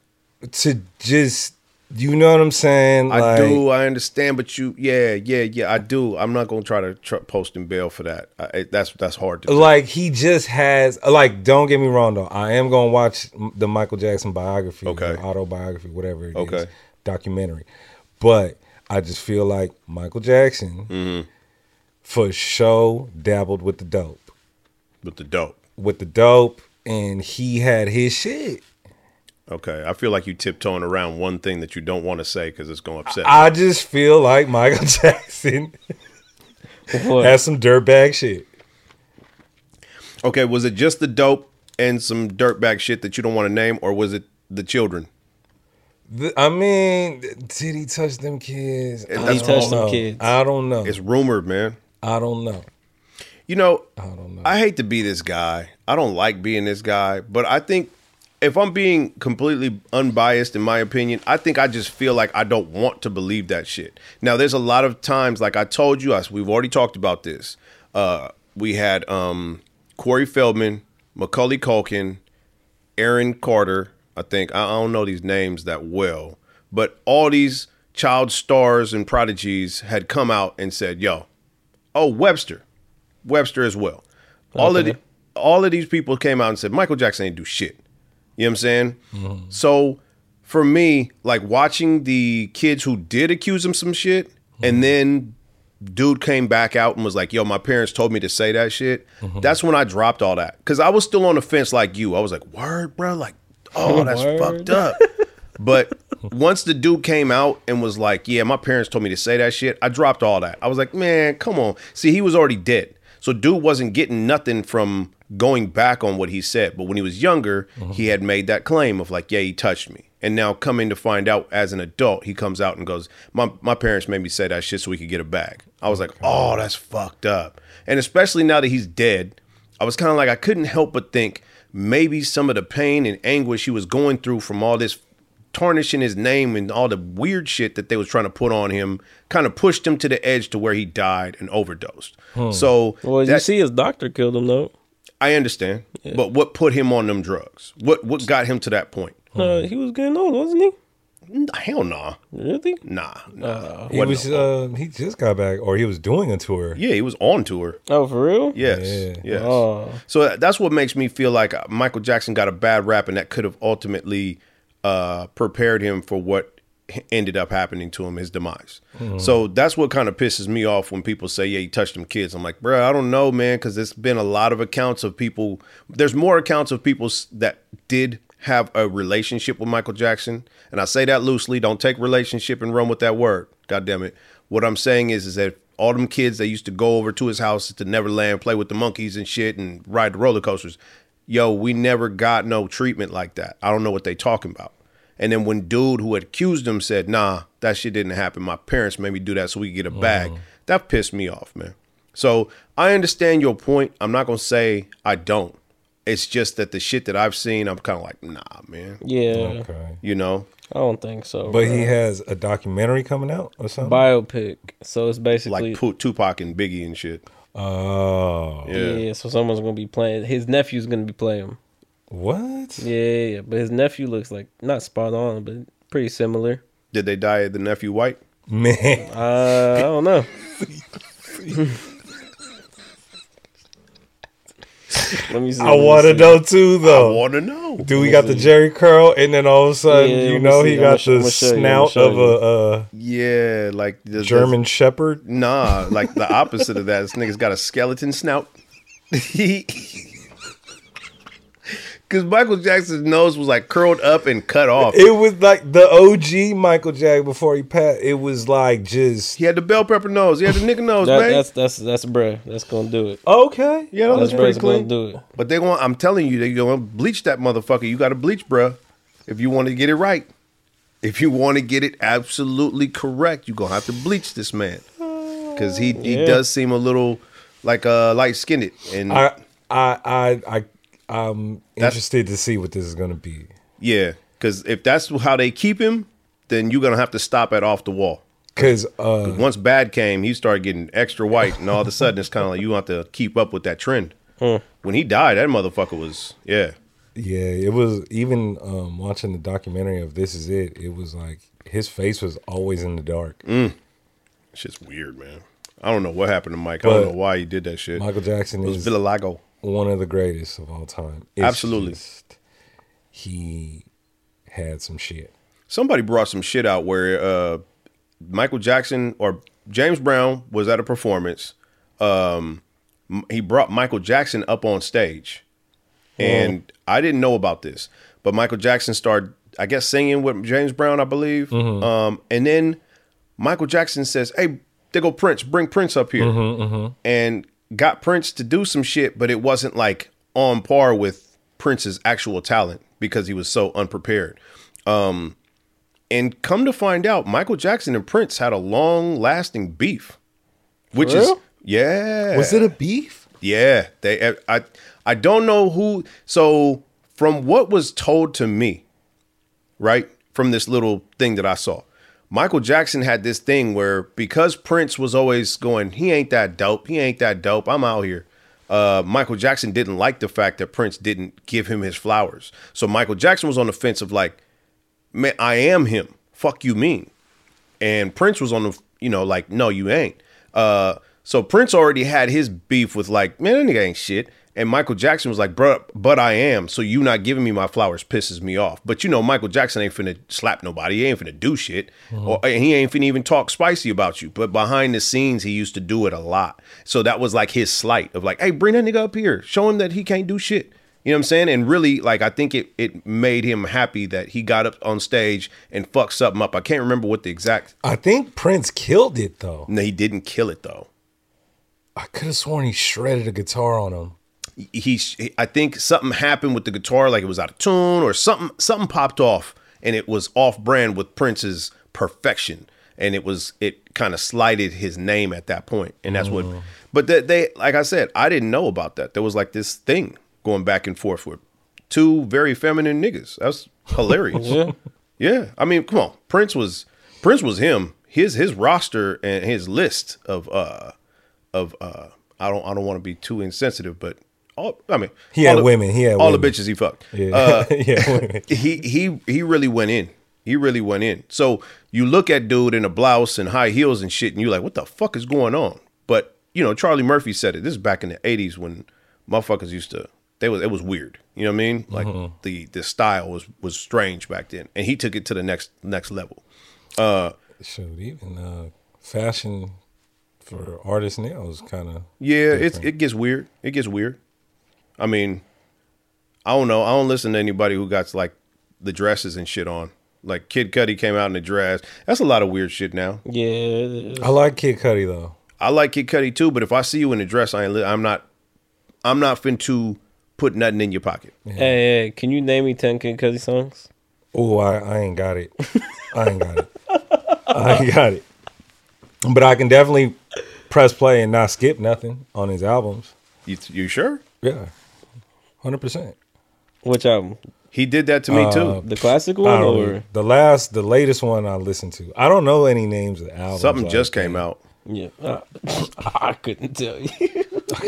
to just you know what I'm saying?
I
like,
do. I understand, but you, yeah, yeah, yeah. I do. I'm not gonna try to tr- post and bail for that. I, it- that's that's hard to. do.
like he just has like don't get me wrong though i am gonna watch m- the michael jackson biography
Okay.
or autobiography whatever it is,
Okay.
documentary but i just feel like michael jackson
Mm-hmm.
for show dabbled with the dope
With the dope.
with the dope and he had his shit
Okay, I feel like you tiptoeing around one thing that you don't want to say because it's gonna upset.
i just feel like michael jackson
What?
has some dirtbag shit
you. okay, was it just the dope and some dirtbag shit that you don't want to name, or was it the children?
Th- I mean, did he touch them kids? I
that's
don't
touched them
know.
kids.
I don't know.
It's rumored, man.
I don't know.
You know,
I don't know.
I hate to be this guy. I don't like being this guy, but I think if I'm being completely unbiased in my opinion, I think I just feel like I don't want to believe that shit. Now, there's a lot of times, like I told you, us we've already talked about this. Uh, we had um, Corey Feldman, Macaulay Culkin, Aaron Carter. I think I I don't know these names that well, but all these child stars and prodigies had come out and said, "Yo, oh Webster, Webster as well." All of the,
Okay.
all of these people came out and said Michael Jackson ain't do shit. You know what I'm saying?
Mm-hmm.
So for me, like watching the kids who did accuse him some shit,
Mm-hmm.
and then dude came back out and was like, "Yo, my parents told me to say that shit."
Mm-hmm.
That's when I dropped all that because I was still on the fence like you. I was like, "Word, bro, like, oh, that's
Word.
fucked up." But once the dude came out and was like, "Yeah, my parents told me to say that shit," I dropped all that. I was like, "Man, come on." See, he was already dead, so dude wasn't getting nothing from going back on what he said. But when he was younger, he had made that claim of like, "Yeah, he touched me." And now coming to find out as an adult, he comes out and goes, "My my parents made me say that shit so we could get it back." I was like, "Oh, that's fucked up." And especially now that he's dead, I was kind of like I couldn't help but think maybe some of the pain and anguish he was going through from all this tarnishing his name and all the weird shit that they was trying to put on him kind of pushed him to the edge to where he died and overdosed. So
Well, you
that-
see, his doctor killed him though.
I understand, but what put him on them drugs? What what got him to that point?
Oh.
Uh, he was getting old, wasn't he?
N- Hell nah,
Really?
nah, nah.
He was uh, he just got back, or he was doing a tour.
yeah, he was on tour.
Oh, for real?
Yes,
Yeah.
yes.
Oh,
So that's what makes me feel like Michael Jackson got a bad rap, and that could have ultimately uh, prepared him for what h- ended up happening to him, his demise. So that's what kind of pisses me off when people say, "Yeah, he touched them kids." I'm like, "Bruh, I don't know, man," because there's been a lot of accounts of people. There's more accounts of people s- that did have a relationship with Michael Jackson, and I say that loosely. Don't take relationship and run with that word. God damn it. What I'm saying is, is that all them kids that used to go over to his house to Neverland, play with the monkeys and shit, and ride the roller coasters. Yo, we never got no treatment like that. I don't know what they talking about. And then when dude who had accused him said, "Nah, that shit didn't happen. My parents made me do that so we could get a bag." That pissed me off, man. So I understand your point. I'm not gonna say I don't. It's just that the shit that I've seen, I'm kind of like, nah, man.
Yeah,
Okay.
You know,
I don't think so.
But
bro.
he has a documentary coming out or something.
biopic, so it's basically
like Pu- Tupac and Biggie and shit.
oh,
Yeah.
yeah. So someone's gonna be playing. His nephew's gonna be playing him.
what?
Yeah, yeah, yeah. But his nephew looks like not spot on, but pretty similar.
Did they die at the nephew White?
Man,
Uh, I don't know. Let me see.
I want to know too,
I
though.
want to know.
Dude, we got the Jerry curl, and then all of a sudden,
Yeah,
you
let me
know,
see.
he
I'ma
got
sh- I'ma
the
show you, I'ma
snout
show
of
you.
a
Yeah, like the
uh, German Shepherd.
Nah, like the opposite of that. This nigga's got a skeleton snout. Because Michael Jackson's nose was like curled up and cut off.
It was like the OG Michael Jackson before he passed. It was like just
He had the bell pepper nose. He had the nigga nose,
That,
man.
that's that's that's bruh. That's gonna do it.
okay.
yeah, that looks
That's
pretty
bruh's gonna
clean.
do it.
But they want. I'm telling you, they gonna bleach that motherfucker. You got to bleach, bruh, if you want to get it right. If you want to get it absolutely correct, you gonna have to bleach this man because he he
Yeah.
does seem a little like uh light skinned and
I I I I I'm interested to see what this is gonna be.
yeah. Because if that's how they keep him, then you're gonna have to stop at off the wall.
Cause uh
Once bad came, he started getting extra white, and all of a sudden it's kind of like you have to keep up with that trend. When he died, that motherfucker was yeah.
yeah, it was even um watching the documentary of This Is It, it was like his face was always in the dark.
Mm. Shit's weird, man. I don't know what happened to Mike. I
But-
don't know why he did that shit.
Michael Jackson
it was
is
Villalago.
one of the greatest of all time. It's
Absolutely.
just- he had some shit.
Somebody brought some shit out where uh, Michael Jackson or James Brown was at a performance. Um, m- he brought Michael Jackson up on stage, and I didn't know about this, but Michael Jackson started, I guess, singing with James Brown, I believe.
Mm-hmm.
Um, and then Michael Jackson says, "Hey, they go Prince, bring Prince up here,"
Mm-hmm,
and got Prince to do some shit, but it wasn't like on par with Prince's actual talent because he was so unprepared. Um, And come to find out, Michael Jackson and Prince had a long lasting beef, which is
real?
yeah,
Was it a beef?
yeah. They eh, I I don't know who. So from what was told to me, right from this little thing that I saw, Michael Jackson had this thing where because Prince was always going, he ain't that dope, he ain't that dope. I'm out here. Uh, Michael Jackson didn't like the fact that Prince didn't give him his flowers. So Michael Jackson was on the fence of like, man, I am him. Fuck you mean? And Prince was on the, you know, like, no, you ain't. Uh, so Prince already had his beef with like, man, that nigga ain't shit. And Michael Jackson was like, bro, but I am. So you not giving me my flowers pisses me off. But you know, Michael Jackson ain't finna slap nobody. He ain't finna do shit. Or and he ain't finna even talk spicy about you. But behind the scenes, he used to do it a lot. So that was like his slight of like, hey, bring that nigga up here. Show him that he can't do shit. You know what I'm saying? And really, like, I think it it made him happy that he got up on stage and fucked something up. I can't remember what the exact.
I think Prince killed it though.
No, he didn't kill it though.
I could have sworn he shredded a guitar on him.
He, he- I think something happened with the guitar, like it was out of tune or something. Something popped off, and it was off brand with Prince's perfection, and it was it kind of slighted his name at that point, and that's what. But that they, like I said, I didn't know about that. There was like this thing going back and forth with two very feminine niggas. That's hilarious.
Yeah.
Yeah, I mean, come on, Prince was Prince was him. His his roster and his list of uh of uh I don't I don't want to be too insensitive, but all I mean
He
all
had
the-
women, he had
all
women.
the bitches he fucked.
Yeah,
Uh,
yeah. women.
he he he really went in. He really went in. So you look at dude in a blouse and high heels and shit, and you're like, what the fuck is going on? But you know, Charlie Murphy said it. This is back in the '80s when motherfuckers used to. They was it was weird. You know what I mean? Like the the style was was strange back then, and he took it to the next next level.
Shoot, even uh, fashion for artists now is kind of
Yeah, it's it gets weird. It gets weird. I mean, I don't know. I don't listen to anybody who got like the dresses and shit on. Like Kid Cudi came out in a dress. That's a lot of weird shit now.
Yeah. it is.
I like Kid Cudi though.
I like Kid Cudi too, but if I see you in a dress, I ain't li- I'm not I'm not fin to put nothing in your pocket.
Hey, hey, can you name me ten Kid Cudi songs?
Oh, I, I ain't got it. I ain't got it. I ain't got it. But I can definitely press play and not skip nothing on his albums.
You, you sure?
Yeah. hundred percent.
Which album?
He did that to me too.
The classic
Uh, I
one
don't-
or
the last, the latest one I listened to. I don't know any names of the albums.
Something
like-
just came out.
yeah? Uh, I couldn't tell you.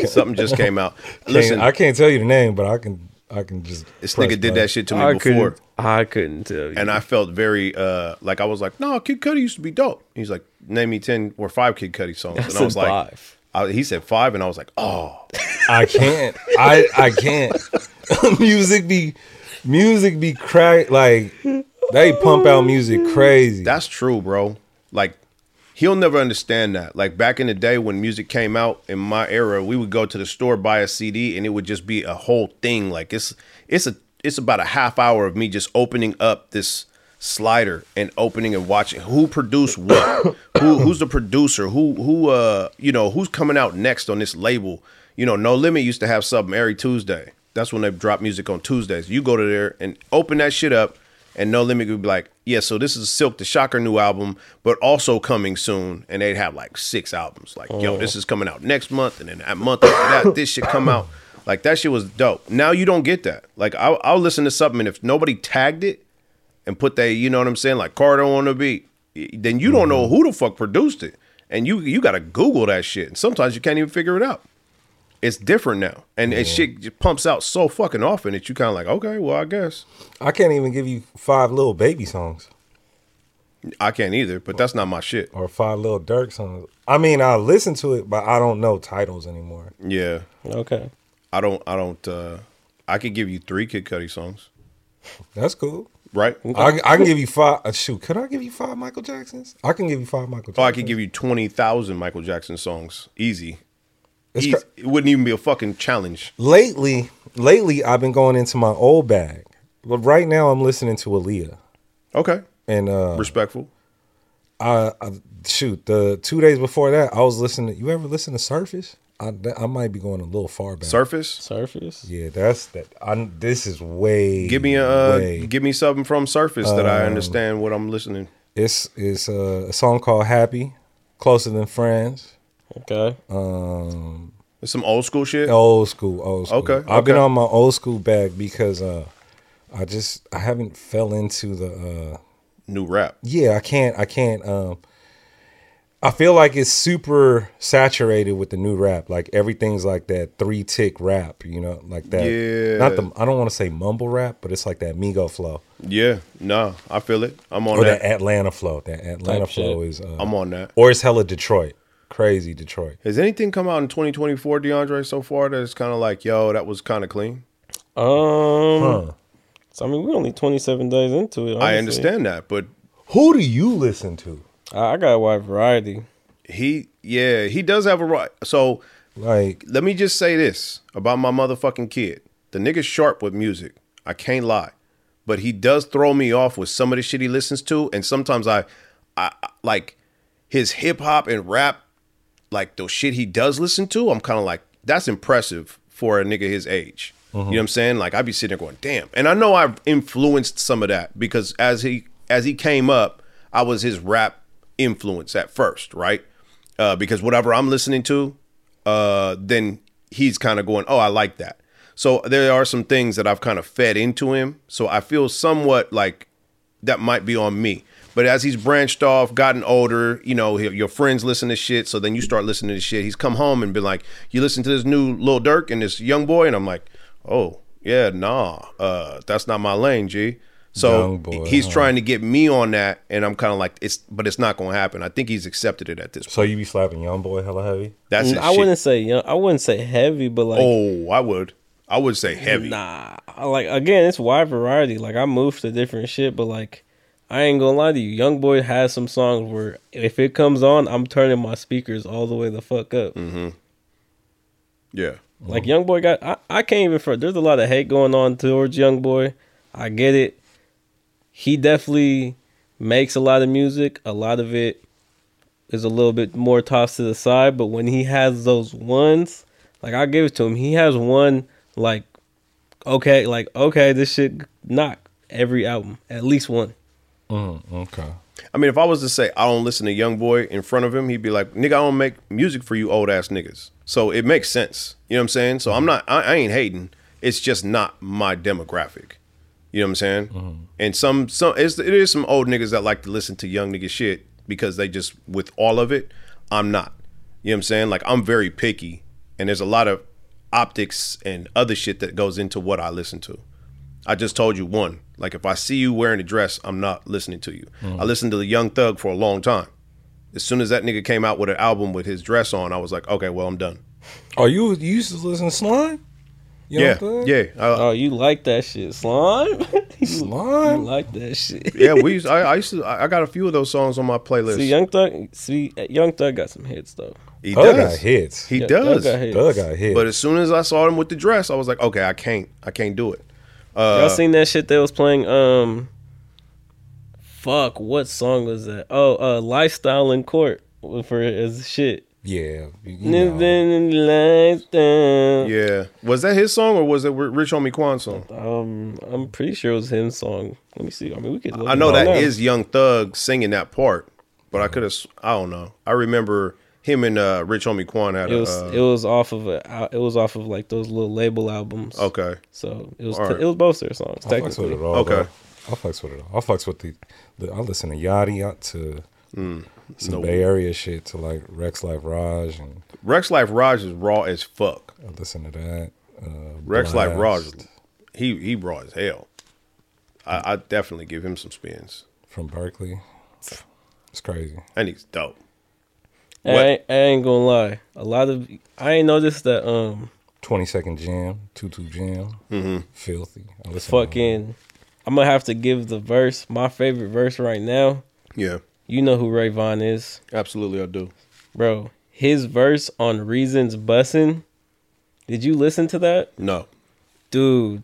Something just came out.
can't-
Listen,
I can't tell you the name, but I can. I can just.
this
press
nigga did
play.
that shit to me
I
before,
couldn't. I couldn't tell you.
and I felt very uh like I was like, no, Kid Cudi used to be dope. He's like, name me ten or five Kid Cudi songs, and I
said
was like,
five.
I, he said five, and I was like, oh,
I can't. I I can't. music be, music be crack. Like they pump out music crazy.
that's true, bro. Like. He'll never understand that. Like back in the day when music came out in my era, we would go to the store, buy a CD, and it would just be a whole thing. Like it's it's a it's about a half hour of me just opening up this slider and opening and watching who produced what, who who's the producer, who who uh you know who's coming out next on this label. You know, No Limit used to have something every Tuesday. That's when they drop music on Tuesdays. You go to there and open that shit up, and No Limit would be like, yeah, so this is Silk the Shocker new album, but also coming soon. And they'd have like six albums. Like, yo, this is coming out next month, and then that month after that, this shit come out. Like that shit was dope. Now you don't get that. Like I'll, I'll listen to something, and if nobody tagged it and put they, you know what I'm saying, like Carter on the beat, y- then you don't know who the fuck produced it, and you you gotta Google that shit. And sometimes you can't even figure it out. It's different now, and it shit just pumps out so fucking often that you kind of like, okay, well, I guess
I can't even give you five little baby songs
I can't either, but that's not my shit.
or five little Dirk songs. I mean, I listen to it, but I don't know titles anymore.
Yeah,
okay.
I don't, I don't. uh I could give you three Kid Cudi songs,
That's cool.
right?
I, I can give you five. uh, Shoot, could I give you five Michael Jacksons? I can give you five Michael. Jacksons.
Oh, I could give you twenty thousand Michael Jackson songs, easy.
It's
Easy.
cra-
it wouldn't even be a fucking challenge.
lately, lately I've been going into my old bag. But right now I'm listening to Aaliyah.
Okay,
And uh
respectful.
I, I shoot, the two days before that I was listening you ever listen to Surface? I that- I might be going a little far back.
Surface.
Surface.
yeah, that's that I this is way
Give me a uh,
way-
give me something from Surface that I understand what I'm listening.
it's it's uh, a song called Happy, Closer Than Friends.
Okay.
Um
It's some old school shit.
old school, old school.
Okay,
I've been
okay.
on my old school bag because uh I just I haven't fell into the uh
New rap.
yeah i can't i can't um i feel like it's super saturated with the new rap like everything's like that three tick rap you know like that
Yeah.
not the i don't want to say mumble rap but it's like that migo flow
Yeah, nah, I feel it. I'm on
or
that.
Oh, that atlanta flow that atlanta
Type shit.
flow is uh,
I'm on that.
or it's hella detroit crazy detroit
Has anything come out in 2024, DeAndre, so far that it's kind of like, yo, that was kind of clean?
Um.
Hmm.
huh.
So I mean, we're only twenty seven days into it. honestly.
I understand that, but
who do you listen to
I, I got a wide variety.
he, yeah, he does have a right. So
like
let me just say this about my motherfucking kid. The nigga's sharp with music. I can't lie. But he does throw me off with some of the shit he listens to. And sometimes I, I I- like his hip hop and rap, like the shit he does listen to. I'm kind of like, that's impressive for a nigga his age. You know what I'm saying? Like I'd be sitting there going, damn. And I know I've influenced some of that because as he as he came up, I was his rap influence at first, right? Uh, because whatever I'm listening to, uh, then he's kind of going, oh, I like that. So there are some things that I've kind of fed into him. So I feel somewhat like that might be on me. But as he's branched off, gotten older, you know, he- your friends listen to shit. So then you start listening to shit. He's come home and been like, you listen to this new Lil Durk and this young boy. And I'm like, oh, yeah, nah, uh, that's not my lane, G. So
Young boy,
he's
huh.
trying to get me on that. And I'm kind of like, it's, but it's not going to happen. I think he's accepted it at this point.
so you be slapping young boy hella heavy
That's his
Mm, I
shit.
wouldn't say young. I wouldn't say heavy, but like
Oh, I would. I would say heavy.
Nah, I like again, it's wide variety. Like I move to different shit, but like I ain't gonna lie to you, YoungBoy has some songs where if it comes on, I'm turning my speakers all the way the fuck
Mm.
up.
Yeah.
Like YoungBoy got, I, I can't even. Front. There's a lot of hate going on towards YoungBoy. I get it. He definitely makes a lot of music. A lot of it is a little bit more tossed to the side, but when he has those ones, like I give it to him. He has one like, okay, like okay, this shit knock every album at least one.
mm, okay
I mean, if I was to say I don't listen to YoungBoy in front of him, he'd be like, "Nigga, I don't make music for you old ass niggas." So it makes sense. You know what I'm saying? So I'm not. I, I ain't hating. It's just not my demographic. You know what I'm saying? And some some it's, it is some old niggas that like to listen to young nigga shit because they just with all of it. I'm not. You know what I'm saying? Like I'm very picky, and there's a lot of optics and other shit that goes into what I listen to. I just told you one. Like if I see you wearing a dress, I'm not listening to you. I listened to the Young Thug for a long time. As soon as that nigga came out with an album with his dress on, I was like, okay, well I'm done.
Oh, you, you used to listen to Slime? You know
yeah,
what I'm saying?
yeah, I-
Oh, you like that shit, slime? you, you
Slime?
like that shit?
yeah. We used, I, I used to. I I got a few of those songs on my playlist.
See, Young Thug, see, Young Thug got some hits though.
he
Thug
does.
got hits.
He
Yeah, Thug
does.
got hits.
Thug got hits.
But as soon as I saw him with the dress, I was like, okay, I can't. I can't do it. Uh,
Y'all seen that shit that was playing? Um, fuck, what song was that? Oh, uh, lifestyle in court for as shit.
yeah. you know.
Lifestyle.
Yeah. Was that his song or was it R- Rich Homie Quan song?
Um, I'm pretty sure it was him song. Let me see. I mean, we could. Look
I know that
that
is Young Thug singing that part, but I could have. I don't know. I remember him and uh, Rich Homie Quan had
It
a.
was
uh,
it was off of a, al- it was off of like those little label albums.
okay.
So it was
All right.
it was both their songs
I fucks with
technically.
it all.
Okay.
Okay. I fucks with it all. I fucks with the, the I listen to Yachty I- to some
Mm. no.
Bay Area shit to like Rex Life Raj and
Rex Life Raj is raw as fuck.
I listen to that. Uh,
Rex Life Raj,
Blast
he he raw as hell. I, I definitely give him some spins,
from Berkeley. It's crazy.
and he's dope.
I ain't, I ain't gonna lie. A lot of I ain't noticed that um
Twenty Second Jam, Tutu Jam,
Mm-hmm.
filthy. I listen to all
fucking I'm gonna have to give the verse my favorite verse right now.
Yeah,
You know who Ray Vaughn is,
absolutely, I do.
bro. His verse on Reasons Bussin'. Did you listen to that?
No,
dude,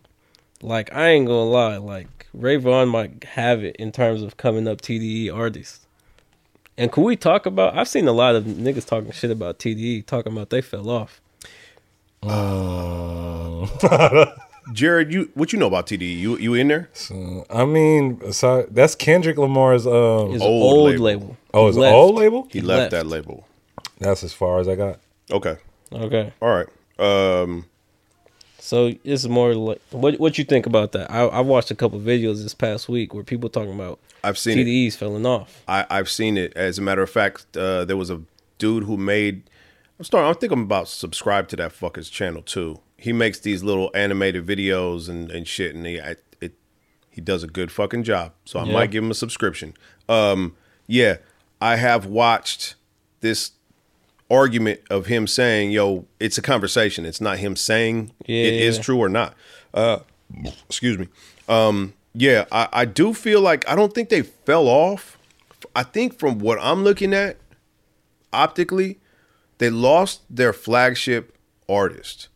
like I ain't gonna lie, like Ray Vaughn might have it in terms of coming up TDE artists. And can we talk about? I've seen a lot of niggas talking shit about TDE, talking about they fell off.
Jared, you what you know about TDE? You you in there?
So, I mean, aside, that's Kendrick Lamar's. Um,
Old
His old,
label.
label.
oh, his
Left.
old label.
He
He
left,
left.
that label.
That's as far as I got.
Okay,
Okay,
all right. Um,
so it's more like what what you think about that? I, I watched a couple videos this past week where people talking about
I've seen it.
TDE's falling off.
I, I've seen it. As a matter of fact, uh, there was a dude who made. I'm starting. I think I'm about to subscribe to that fucker's channel too. He makes these little animated videos and, and shit, and he I, it he does a good fucking job. So I
Yeah.
might give him a subscription. Um, yeah, I have watched this argument of him saying, "Yo, it's a conversation. It's not him saying it is
Yeah.
true or not." Uh, excuse me. Um, yeah, I, I do feel like I don't think they fell off. I think from what I'm looking at, optically, they lost their flagship artist,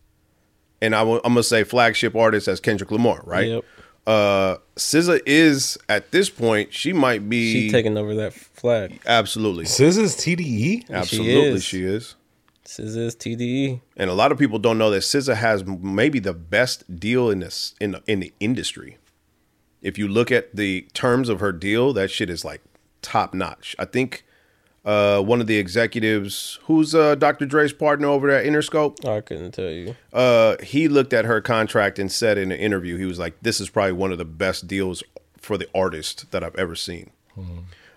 and i w- I'm gonna say flagship artist as Kendrick Lamar, right?
Yep.
Uh, SZA is at this point she might be
She taking over that flag.
absolutely,
Scissors TDE.
absolutely
is.
she is.
This is his TDE.
And a lot of people don't know that SZA has m- maybe the best deal in this in the, in the industry. If you look at the terms of her deal, that shit is like top notch. I think uh, one of the executives, who's uh, Dr. Dre's partner over there at Interscope,
Oh, I couldn't tell you.
uh, he looked at her contract and said in an interview, he was like, "This is probably one of the best deals for the artist that I've ever seen."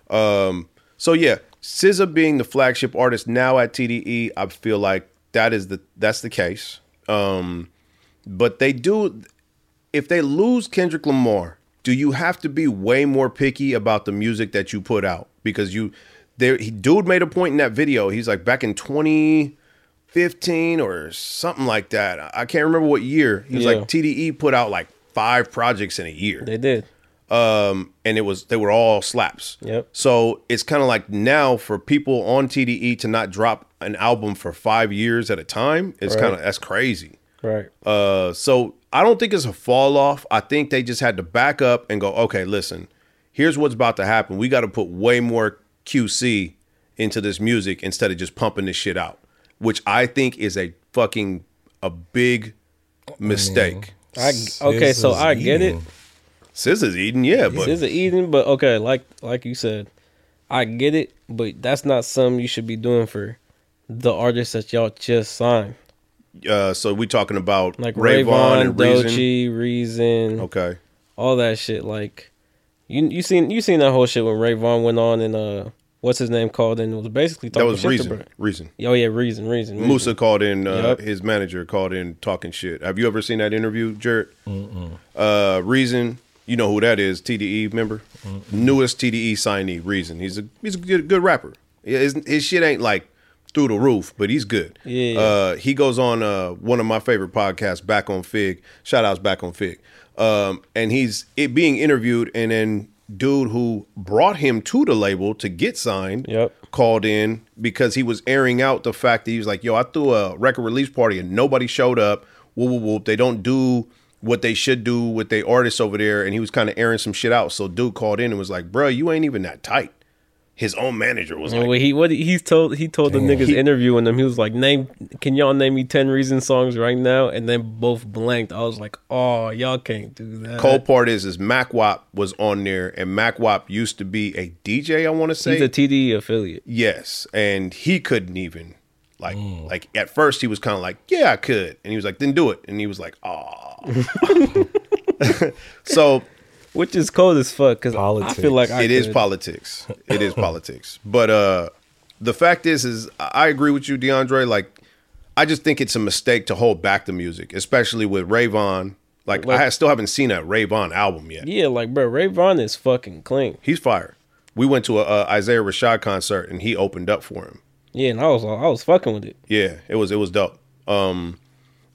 Um, so yeah, SZA being the flagship artist now at TDE, I feel like that is the that's the case. Um, but they do, if they lose Kendrick Lamar, do you have to be way more picky about the music that you put out because you, there, he, dude made a point in that video. He's like back in twenty. 15 or something like that. I- I can't remember what year. He was
Yeah.
like TDE put out like five projects in a year
They did.
um, and it was they were all slaps.
Yep.
So it's kind of like now for people on TDE to not drop an album for five years at a time. It's
Right.
kind of that's crazy.
Right.
Uh, so I don't think it's a fall off. I think they just had to back up and go, okay, listen, here's what's about to happen. We got to put way more QC into this music instead of just pumping this shit out, which I think is a fucking a big mistake.
I okay, so I get
E.
it.
SZA's eating, yeah, but
This is eating, but okay, like like you said, I get it, but that's not something you should be doing for the artists that y'all just signed.
Uh, so we talking about
Like
Ray Vaughn
Rayvon,
and Reason. Oh.
Dochi, Reason,
Okay.
all that shit. Like you you seen you seen that whole shit when Rayvon went on and uh what's his name called and was basically
That
talking
was
shit to
Reason.
Brett.
Reason.
Oh yeah, Reason, Reason. Reason.
Musa called in. Uh,
Yup.
His manager called in talking shit. Have you ever seen that interview, Jared? Uh, Reason, you know who that is? TDE member, newest TDE signee. Reason, he's a he's a good, good rapper. Yeah, His, his shit ain't like through the roof, but he's good.
Yeah.
Uh, he goes on uh, one of my favorite podcasts, Back on Fig. Shout outs Back on Fig. Um, and he's it being interviewed, and then dude who brought him to the label to get signed
Yep.
called in because he was airing out the fact that he was like, "Yo, I threw a record release party and nobody showed up. Whoop, whoop, whoop. They don't do what they should do with their artists over there." And he was kind of airing some shit out. So dude called in and was like, "Bro, you ain't even that tight." His own manager was
And
like,
what he what he- he's told he told the niggas interviewing them he was like name can y'all name me ten reason songs right now and then both blanked I was like oh y'all can't do that
"Cold part is is Mac Wop was on there, and Mac Wop used to be a DJ. I want to say
he's a TDE affiliate
Yes, and he couldn't even like
Mm.
like at first he was kind of like, "Yeah, I could." And he was like, "Then do it." And he was like, "Ah." so,
which is cold as fuck because I feel like I
it is
could.
politics. It is politics. But uh the fact is is I I agree with you DeAndre like I just think it's a mistake to hold back the music, especially with Rayvon. Like, I ha- still haven't seen that Rayvon album yet.
yeah like bro Ray Vaughn is fucking clean
He's fired. We went to a, uh Isaiah Rashad concert and he opened up for him.
yeah and I was I was fucking with it
Yeah, it was it was dope. Um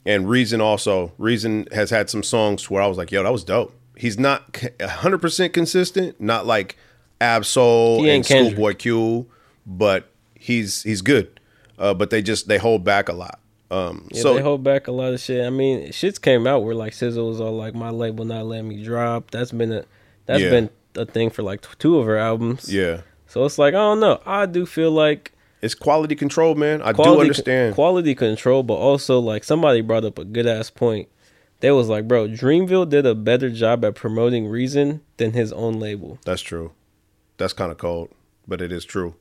and Reason also, Reason has had some songs where I was like, yo, that was dope. He's not c- 100% consistent, not like Absol
He
and
ain't Kendrick.
Schoolboy Q, but he's he's good. Uh, but they just they hold back a lot. Um
Yeah,
so
they hold back a lot of shit. I mean, shits came out where like Sizzle was all like, "My label not letting me drop." That's been a that's
Yeah.
been a thing for like t- two of her albums.
yeah,
So it's like I don't know. I do feel like
it's quality control, man. I do
quality
understand.
quality control, but also like somebody brought up a good ass point. They was like, "Bro, Dreamville did a better job at promoting Reason than his own label."
That's true. That's kind of cold, but it is true.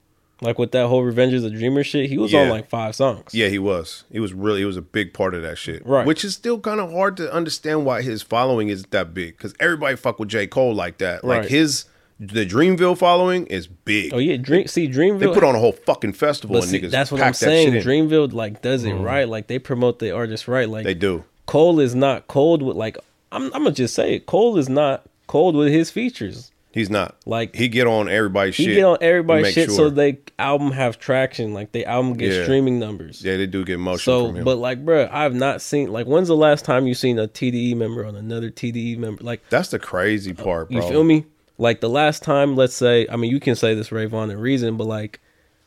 Like with that whole "Revenge of the Dreamer" shit, he was on
Yeah.
like five songs.
Yeah, he was. He was really. He was a big part of that shit.
Right.
Which is still kind of hard to understand why his following is that big because everybody fuck with J Cole like that. Like
Right.
his the Dreamville following is big.
Oh yeah, Dream. See, Dreamville.
They put on a whole fucking festival
But
and
see,
niggas.
that's what
pack
I'm
that
saying.
shit in. Mm-hmm.
Dreamville like does it right. Like they promote the artist right. Like
They do.
Cole is not cold with like I'm. I'm gonna just say it. Cole is not cold with his features.
He's not
Like-
he get on everybody's
He
shit.
get on
and
everybody's
make
shit so
sure.
they album have traction. Like they album get
Yeah.
streaming numbers.
yeah they do get motion
So,
from him.
but like, bruh, I've not seen like. When's the last time you seen a TDE member on another TDE member? Like,
that's the crazy part,
You
bro.
feel me? Like the last time, let's say, I mean, you can say this Rayvon and Reason, but like,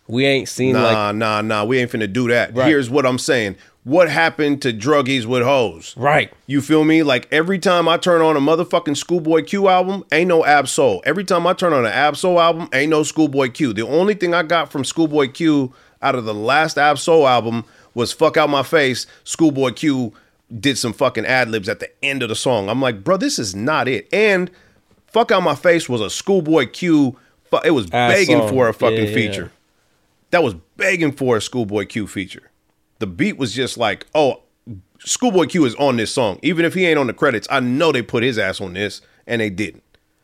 we ain't seen
Nah,
like
nah, nah. We ain't finna do that.
Right.
Here's what I'm saying. What happened to druggies with hoes?
right.
You feel me? Like every time I turn on a motherfucking Schoolboy Q album, ain't no Absol. Every time I turn on an Absol album, ain't no Schoolboy Q. The only thing I got from Schoolboy Q out of the last Absol album was "Fuck Out My Face." Schoolboy Q did some fucking ad libs at the end of the song. I'm like, bro, this is not it. And "Fuck Out My Face" was a Schoolboy Q. fu- It was
Ass
begging
song.
for a fucking
Yeah, yeah.
feature that was begging for a Schoolboy Q feature. The beat was just like, oh, Schoolboy Q is on this song. Even if he ain't on the credits, I know they put his ass on this, and they didn't.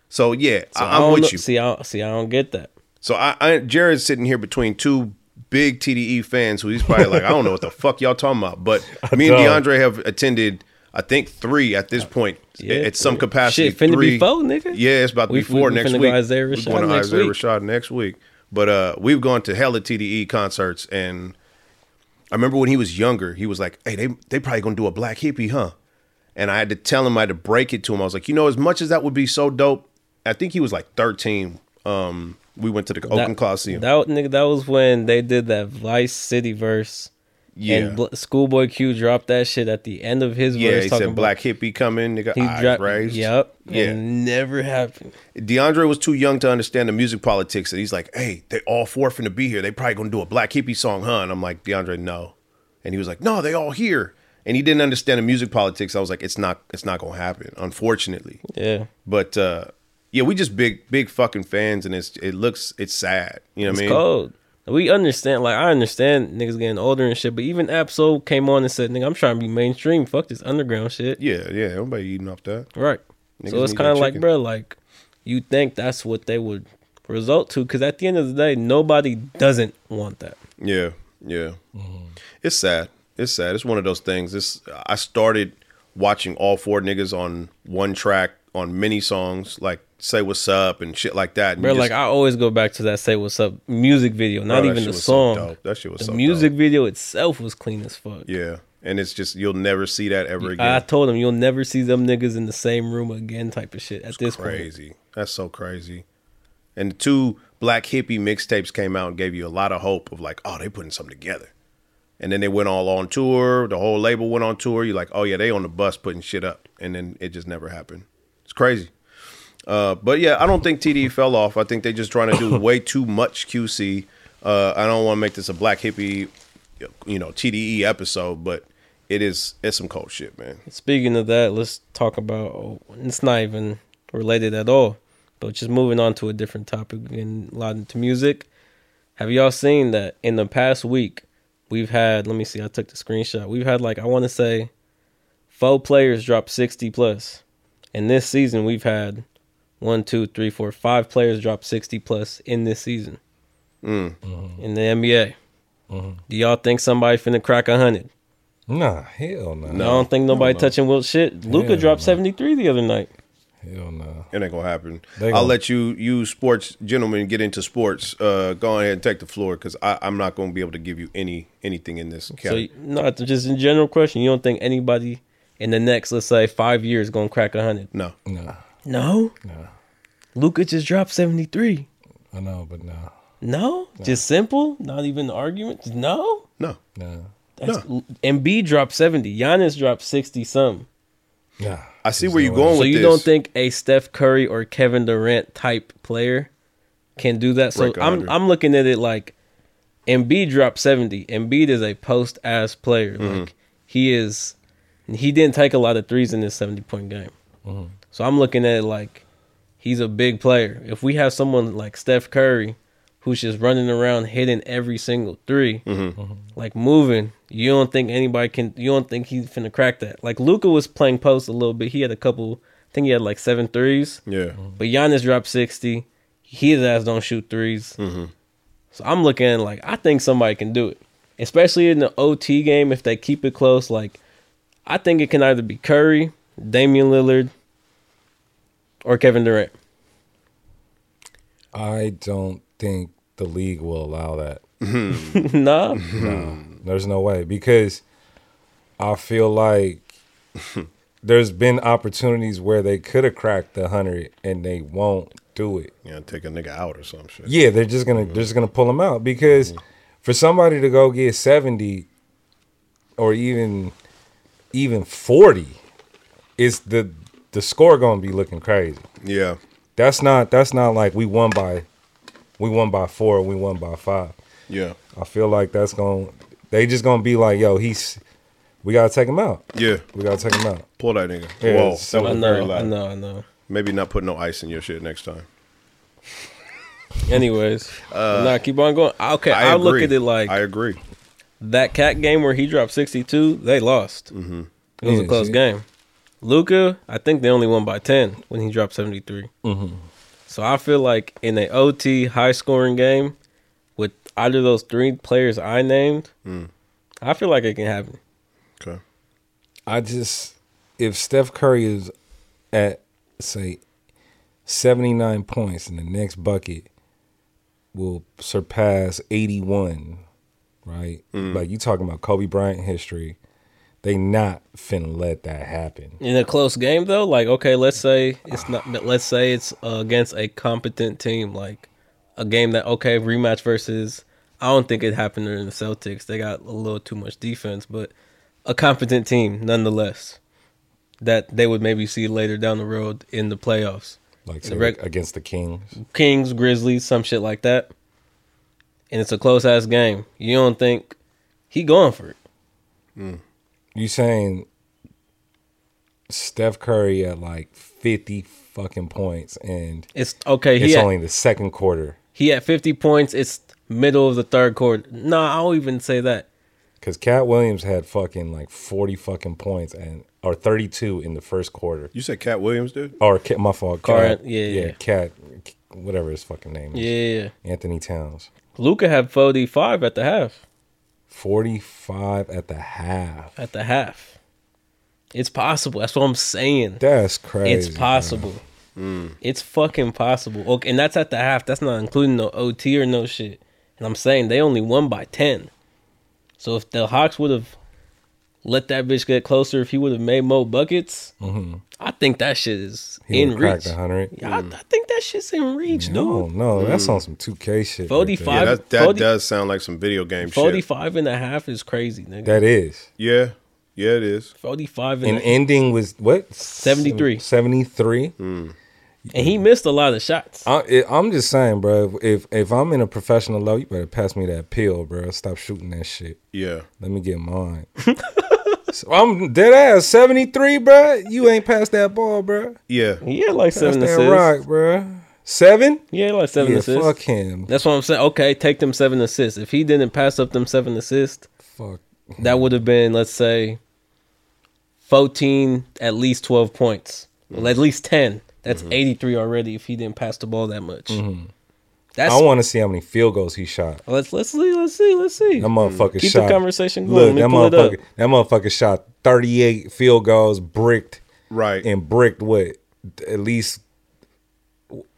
So yeah,
I
I, I'm
don't
with
know-
you.
See, I don't- see, I don't get that.
so I, I Jared's sitting here between two big TDE fans who he's probably like, I don't know what the fuck y'all talking about. But me and
don't.
DeAndre have attended, I think three at this point,
Yeah,
at some
three.
capacity.
Shit, finna
three.
be four, nigga.
Yeah, it's about to
We-
be four
we- we
next
finna go
week.
Isaiah
We're
Rashad
going to
next
Isaiah
week.
Rashad next week. But uh, we've gone to hella TDE concerts, and I remember when he was younger, he was like, "Hey, they they probably gonna do a black hippie, huh?" And I had to tell him, I had to break it to him. I was like, "You know, as much as that would be so dope, I think he was like 13. Um, we went to the Oakland Coliseum.
That nigga, that was when they did that Vice City verse.
yeah,
And Bl- Schoolboy Q dropped that shit at the end of his
yeah.
verse.
He
talking
said
about-
black hippie coming, nigga.
He
eyes
dropped.
raised.
Yep.
Yeah.
And never happened.
DeAndre was too young to understand the music politics, and he's like, "Hey, they all four finna be here. They probably gonna do a black hippie song, huh?" And I'm like, "DeAndre, no." And he was like, "No, they all here." And he didn't understand the music politics. I was like, "It's not, it's not gonna happen, unfortunately."
Yeah.
But uh, yeah, we just big, big fucking fans, and it's it looks it's sad. You know what I
It's
mean?
cold. we understand, like I understand niggas getting older and shit, but even Absol came on and said, "Nigga, I'm trying to be mainstream. Fuck this underground shit."
Yeah, yeah. Everybody eating off that.
Right.
Niggas
so it's
need
kind of
that
like,
chicken.
bro, like you think that's what they would result to? Because at the end of the day, nobody doesn't want that.
Yeah, yeah. It's sad. It's sad. It's one of those things. This I started watching all four niggas on one track on many songs, like "Say What's Up" and shit like that. And
Bro,
you
like
just-
I always go back to that "Say What's Up" music video,
Bro,
not
that
even
shit
the
was so
song.
dope. That shit was
the
so
music video itself was clean as fuck.
yeah. And it's just you'll never see that ever again.
I told him you'll never see them niggas in the same room again, type of shit. At this point,
crazy. That's so crazy. And the two black hippie mixtapes came out and gave you a lot of hope of like, oh, they putting something together. And then they went all on tour. The whole label went on tour. You're like, oh yeah, they on the bus putting shit up. And then it just never happened. It's crazy. Uh, but yeah, I don't think TDE fell off. I think they just trying to do way too much QC. Uh, I don't want to make this a black hippie, you know, TDE episode, but it is it's some cold shit, man.
speaking of that, let's talk about. Oh, it's not even related at all, but just moving on to a different topic and a lot into music. Have y'all seen that in the past week? We've had. Let me see. I took the screenshot. We've had like I want to say, four players drop sixty plus, and this season we've had one, two, three, four, five players drop sixty plus in this season. In the NBA, do y'all think somebody finna crack a hundred?
Nah, hell no.
I don't think nobody touching Wilt shit. Luca
Yeah,
dropped
no.
73 the other night.
Hell no.
It ain't gonna happen.
They
I'll
gonna-
let you, you sports gentlemen, get into sports. Uh, go ahead and take the floor because I'm not gonna be able to give you any anything in this.
So,
Count.
you- no, it's just in general question, you don't think anybody in the next, let's say, five years going to crack 100?
no,
Nah.
No.
No.
Luca just dropped 73.
I know, but nah.
No? Just simple? Not even an argument? Just No?
no,
Nah.
That's, Embiid dropped 70. Giannis dropped 60 some.
Nah.
I see
There's
where
no
you're
way.
going
So
with
you
this.
don't think a Steph Curry or Kevin Durant type player can do that? So
Break a
I'm
hundred.
I'm looking at it like Embiid dropped 70. Embiid is a post ass player.
Mm-hmm.
Like he is he didn't take a lot of threes in this 70 point game.
Mm-hmm.
So I'm looking at it like he's a big player. If we have someone like Steph Curry who's just running around hitting every single 3
Mm-hmm.
like moving, you don't think anybody can you don't think he's finna crack that. Like Luca was playing post a little bit. He had a couple I think he had like seven threes.
Yeah,
But Giannis dropped 60. His ass don't shoot 3s
Mm-hmm.
So I'm looking like I think somebody can do it. Especially in the OT game, if they keep it close, like I think it can either be Curry, Damian Lillard, or Kevin Durant.
I don't think the league will allow that.
nah.
There's no way because I feel like there's been opportunities where they could have cracked the hundred and they won't do it.
yeah, take a nigga out or some shit.
Yeah, they're just gonna they're just gonna pull them out because for somebody to go get seventy or even even forty, is the the score gonna be looking crazy.
yeah,
That's not that's not like we won by we won by four, we won by five.
yeah,
I feel like that's gonna they just gonna be like, yo, he's we gotta take him out.
yeah.
We gotta take him out.
Pull that nigga.
Yeah,
Whoa,
so-
that
I
was very
know, I
loud.
know, I know.
Maybe not put no ice in your shit next time.
Anyways, nah, keep on going. Okay,
Uh, I
I, look
agree.
at it like
I agree.
that cat game where he dropped 62, they lost. Mm-hmm. It was a
Yeah,
close
shit.
game. Luca, I think they only won by 10 when he dropped 73. Mm-hmm. So I feel like in a OT high scoring game with either of those three players I named, I feel like it can happen.
Okay.
I just if Steph Curry is at say seventy nine points in the next bucket will surpass eighty one, right?
Mm.
Like you talking about Kobe Bryant history. They not finna let that happen.
In a close game though, like okay, let's say it's not let's say it's uh, against a competent team like a game that okay, rematch versus I don't think it happened during the Celtics. They got a little too much defense, but a competent team nonetheless that they would maybe see later down the road in the playoffs.
Like
The
say,
reg-
against the Kings.
Kings, Grizzlies, some shit like that. And it's a close ass game. You don't think he going for it.
You saying Steph Curry at like fifty fucking points and
It's okay, he
it's
had-
only the second quarter.
he had 50 points. It's middle of the third quarter. No, I don't even say that.
Because Cat Williams had fucking like 40 fucking points and or 32 in the first quarter.
You said Cat Williams, dude?
Or Cat, my fault.
Car-
Cat,
yeah, yeah.
Cat, whatever his fucking name is.
Yeah,
Anthony Towns.
Luca had forty five at the half.
45 at the half.
At the half, it's possible. That's what I'm saying.
That's crazy. Mm.
it's possible. It's fucking possible. Okay, and that's at the half. That's not including no OT or no shit. And I'm saying they only won by ten. So if the Hawks would have let that bitch get closer, if he would have made more buckets, I think that shit is
Bro. Mm-hmm. He
in
would've cracked
reach.
100.
Yeah, Mm. I, I think that shit's in reach,
No,
dude.
no, that's on some 2K shit. right there.
45.
Yeah, that, that
40
does sound like some video game shit.
45 and a half is crazy, nigga.
That is.
Yeah, yeah, it is.
45 and,
And
a-
ending was what?
73.
73.
Mm. and he missed a lot of shots.
I, it, I'm just saying, bro. If if I'm in a professional level, you better pass me that pill, bro. Stop shooting that shit.
Yeah.
Let me get mine. So I'm dead ass. 73, bro. You ain't passed that ball, bro.
Yeah.
He had like
That's
seven
that
assists.
rock, bro. Seven?
He had like seven
yeah,
assists.
fuck him.
That's what I'm saying. Okay, take them seven assists. If he didn't pass up them seven assists,
Fuck.
that would have been, let's say, 14, at least 12 points. Well, at least 10. That's
Mm-hmm.
83 already if he didn't pass the ball that much. That's
I want to see how many field goals he shot.
let's let's see, let's see, let's see.
That motherfucker
Keep
shot.
the conversation going.
Look, that
Let me pull it
motherfucker,
up.
that motherfucker shot 38 field goals, bricked.
Right.
and bricked what at least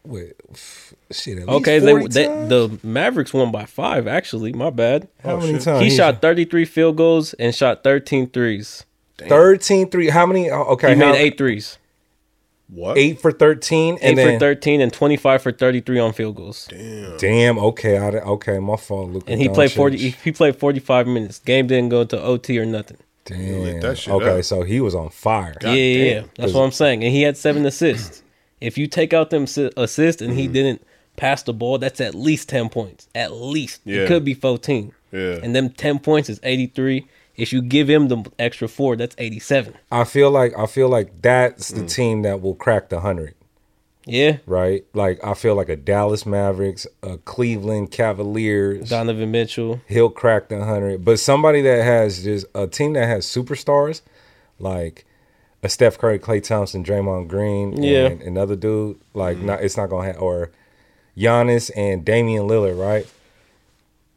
what f- shit at
Okay,
least
they,
40
they
times?
the Mavericks won by five, actually. My bad.
how many
shit.
times
he shot 33 field goals and shot 13 threes.
13 3 how many oh, okay
He
how-
made eight threes.
what?
eight for 13
Eight
and then
for 13 and 25 for 33 on field goals.
damn okay I, okay my fault Luka
and he played
Doncic.
40 he, he played 45 minutes. Game didn't go into OT or nothing.
damn
that shit
okay
up.
so he was on fire
yeah, yeah, yeah.
damn.
That's what I'm saying. And he had seven assists. If you take out them si- assists and he
Mm-hmm.
didn't pass the ball, that's at least 10 points. At least.
Yeah.
It could be 14.
Yeah.
And them 10 points is 83. If you give him the extra 4, that's 87.
I feel like I feel like that's the
Mm.
team that will crack the 100
Yeah.
right like I feel like a Dallas Mavericks a Cleveland Cavaliers
Donovan Mitchell.
he'll crack the 100 but somebody that has just a team that has superstars like a Steph Curry, Clay Thompson, Draymond Green,
Yeah. Mm-hmm.
and another dude like not it's not going to have or Giannis and Damian Lillard, right?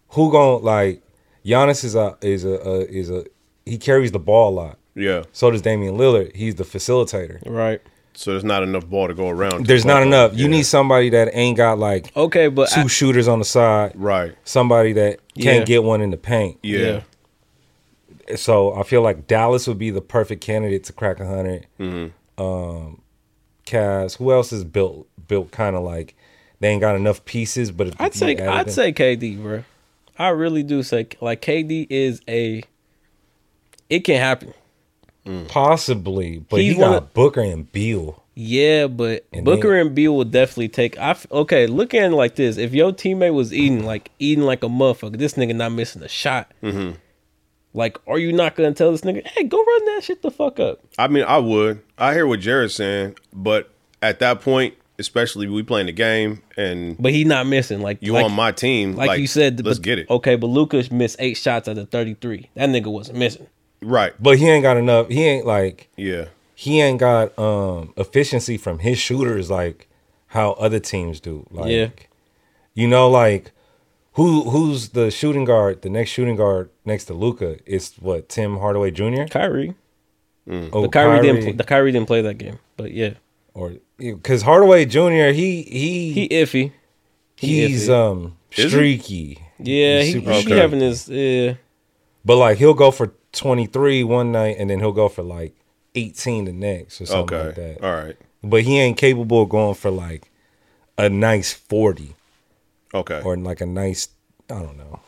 Who going to like Giannis is a is a, a is a he carries the ball a lot.
yeah.
So does Damian Lillard. He's the facilitator.
Right.
So there's not enough ball to go around.
There's not enough. You
Yeah.
need somebody that ain't got like
Okay, but
two
I-
shooters on the side.
Right.
Somebody that can't
Yeah.
get one in the paint.
Yeah.
Yeah.
so I feel like Dallas would be the perfect candidate to crack a 100 Um,
Mm-hmm.
Cavs. Who else is built built kind of like they ain't got enough pieces? But if
I'd
you
say
added
I'd
them-
say KD, bro. I really do say like KD is a. It can happen.
possibly, but
He's
you got
one of-
Booker and Beal.
Yeah, but
And
Booker
then-
and Beal will definitely take. I f- okay. Look at it like this: if your teammate was eating like eating like a motherfucker, this nigga not missing a shot. Like, are you not gonna tell this nigga, hey, go run that shit the fuck up?
I mean, I would. I hear what Jared's saying, but at that point, especially we playing the game and
But he not missing. Like
you
like,
on my team,
like, you said.
let's
but-
get
oh.
it
Okay, but Lucas missed eight shots out of thirty three. That nigga wasn't missing.
right.
But he ain't got enough. He ain't like
Yeah.
he ain't got um efficiency from his shooters like how other teams do. Like
Yeah.
you know, like who who's the shooting guard, the next shooting guard next to Luca is what, Tim Hardaway Jr.?
Kyrie,
Oh,
but Kyrie, didn't.
Kyrie.
Pl- the Kyrie didn't play that game. But yeah,
or because Hardaway Jr. he he,
he iffy. he
he's
iffy.
um
he?
streaky.
Yeah, he,
He's super
he be
Okay.
having his. Yeah,
But like he'll go for twenty three one night and then he'll go for like eighteen the next or something like
Okay.
that.
All right.
But he ain't capable of going for like a nice forty
Okay.
or like a nice I don't know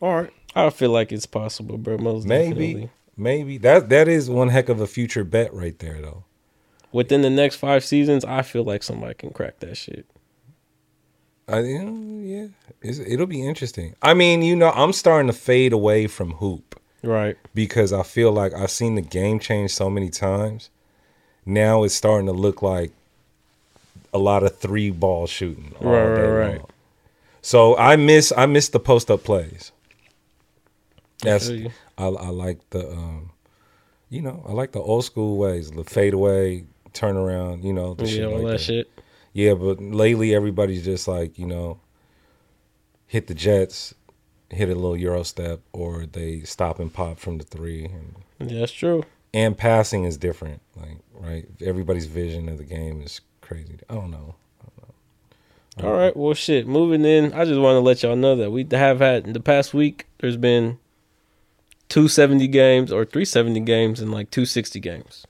All right.
I feel like it's possible, bro. Most
maybe
definitely.
maybe that that is one heck of a future bet right there though.
within the next five seasons, I feel like somebody can crack that shit.
I you know, yeah it's, it'll be interesting. I mean you know I'm starting to fade away from hoop.
Right.
because I feel like I've seen the game change so many times. Now it's starting to look like a lot of three ball shooting. all
Right, right,
day
right.
long. So I miss I miss the post up plays. That's
feel you.
I, I like the um, you know I like the old school ways the fadeaway turnaround you know the
Yeah,
shit
all
like
that
that.
shit.
yeah but lately everybody's just like you know hit the jets hit a little euro step or they stop and pop from the three and,
Yeah, that's true.
and passing is different like right everybody's vision of the game is crazy I don't know
All right. Well, shit. Moving in, I just want to let y'all know that we have had in the past week. There's been two seventy games or three seventy games and like two sixty games.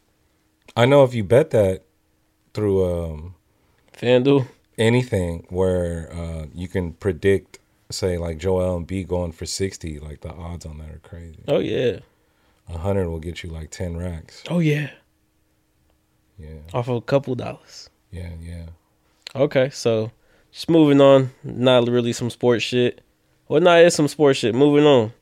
I know if you bet that through um
FanDuel.
anything where uh, you can predict, say, like Joel and B going for 60, like the odds on that are crazy.
Oh yeah.
100 will get you like 10 racks.
Oh yeah.
Yeah,
Off of a couple dollars.
yeah, yeah.
Okay, so just moving on. Not really some sports shit. Well, not it's some sports shit. Moving on.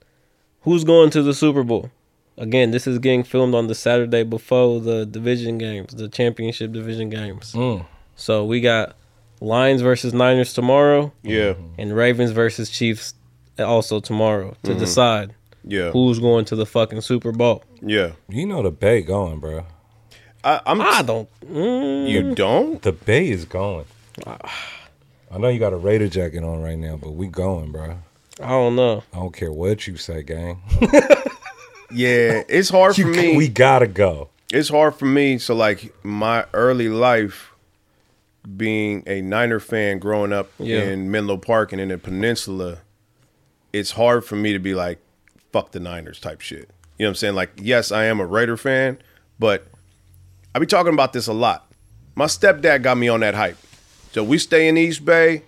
Who's going to the Super Bowl? Again, this is getting filmed on the Saturday before the division games, the championship division games.
Mm.
So we got Lions versus Niners tomorrow,
Yeah,
and Ravens versus Chiefs also tomorrow to decide
yeah,
who's going to the fucking Super Bowl.
yeah.
You know the bay going, bro.
I, I'm.
Ah.
I don't. Mm,
you don't?
The bay is going. I know you got a Raider jacket on right now, but we going, bro.
I don't know.
I don't care what you say, gang.
Yeah, it's hard for me.
we gotta go.
it's hard for me. So like my early life being a Niner fan growing up
Yeah.
in Menlo Park and in the peninsula, it's hard for me to be like, fuck the Niners type shit. You know what I'm saying? Like, yes, I am a Raider fan, but I be talking about this a lot. My stepdad got me on that hype. So we stay in East Bay.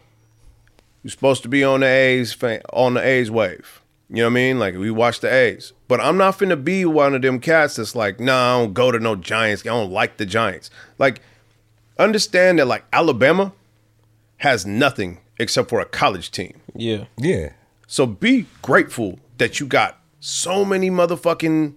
You're supposed to be on the A's fan, on the A's wave. You know what I mean? Like we watch the A's, but I'm not finna be one of them cats that's like, nah, I don't go to no Giants. I don't like the Giants. Like, understand that like Alabama has nothing except for a college team.
Yeah.
Yeah.
So be grateful that you got so many motherfucking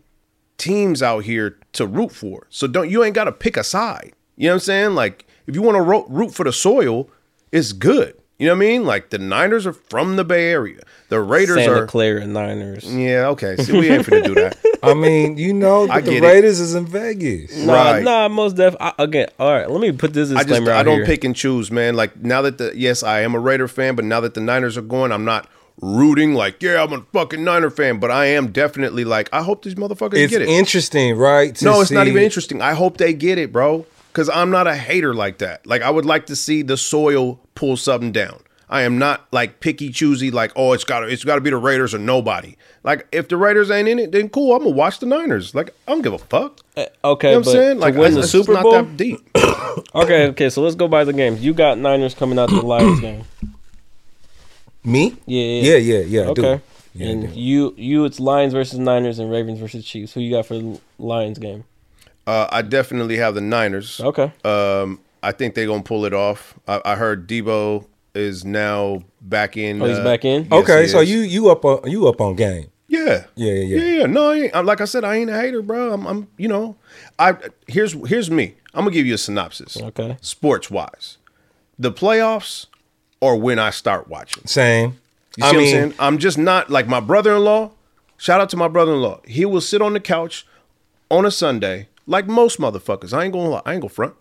teams out here to root for. So don't you ain't got to pick a side. You know what I'm saying? Like if you want to ro- root for the soil, it's good. You know what I mean? Like the Niners are from the Bay Area. The Raiders
Santa
are
Clara Niners.
Yeah, okay. See, we ain't finna do that.
I mean, you know
I
that the
get it.
Raiders is in Vegas.
Nah,
Right.
nah, most def. I, again, all right. Let me put this
I just
disclaimer
I
out
don't
here.
pick and choose, man. Like now that the yes, I am a Raider fan, but now that the Niners are going, I'm not rooting like, yeah, I'm a fucking Niner fan, but I am definitely like, I hope these motherfuckers
It's
get it.
interesting, right? to
No, it's not
see-
even interesting. I hope they get it, bro. Because I'm not a hater like that. Like, I would like to see the soil pull something down. I am not like picky choosy, like, oh, it's gotta it's gotta be the Raiders or nobody. Like, if the Raiders ain't in it, then cool, I'm gonna watch the Niners. Like, I don't give a fuck. You
Eh, Okay,
know what
but
I'm saying? Like,
like win
I-
the
it's
Super
not
Bowl.
that deep.
Okay, okay. So let's go by the games. You got Niners coming out the Lions game.
Me?
Yeah, yeah.
Yeah, yeah, yeah. I do.
Okay.
Yeah, I
and
do.
you, you, it's Lions versus Niners and Ravens versus Chiefs. Who you got for the Lions game?
Uh, I definitely have the Niners.
Okay.
Um, I think they're gonna pull it off. I, I heard Debo is now back in.
Oh, he's
uh,
back in?
yes,
okay,
he
so
is.
you you up on you up on game.
Yeah.
Yeah, yeah, yeah.
Yeah, yeah. No, I ain't, I- like I said, I ain't a hater, bro. I'm, I'm you know, I here's here's me. I'm gonna give you a synopsis.
Okay.
Sports wise, the playoffs are when I start watching.
Same.
You see what I'm saying? I'm just not like my brother in law. Shout out to my brother in law. He will sit on the couch on a Sunday, like most motherfuckers. I ain't gonna lie, I ain't gonna front.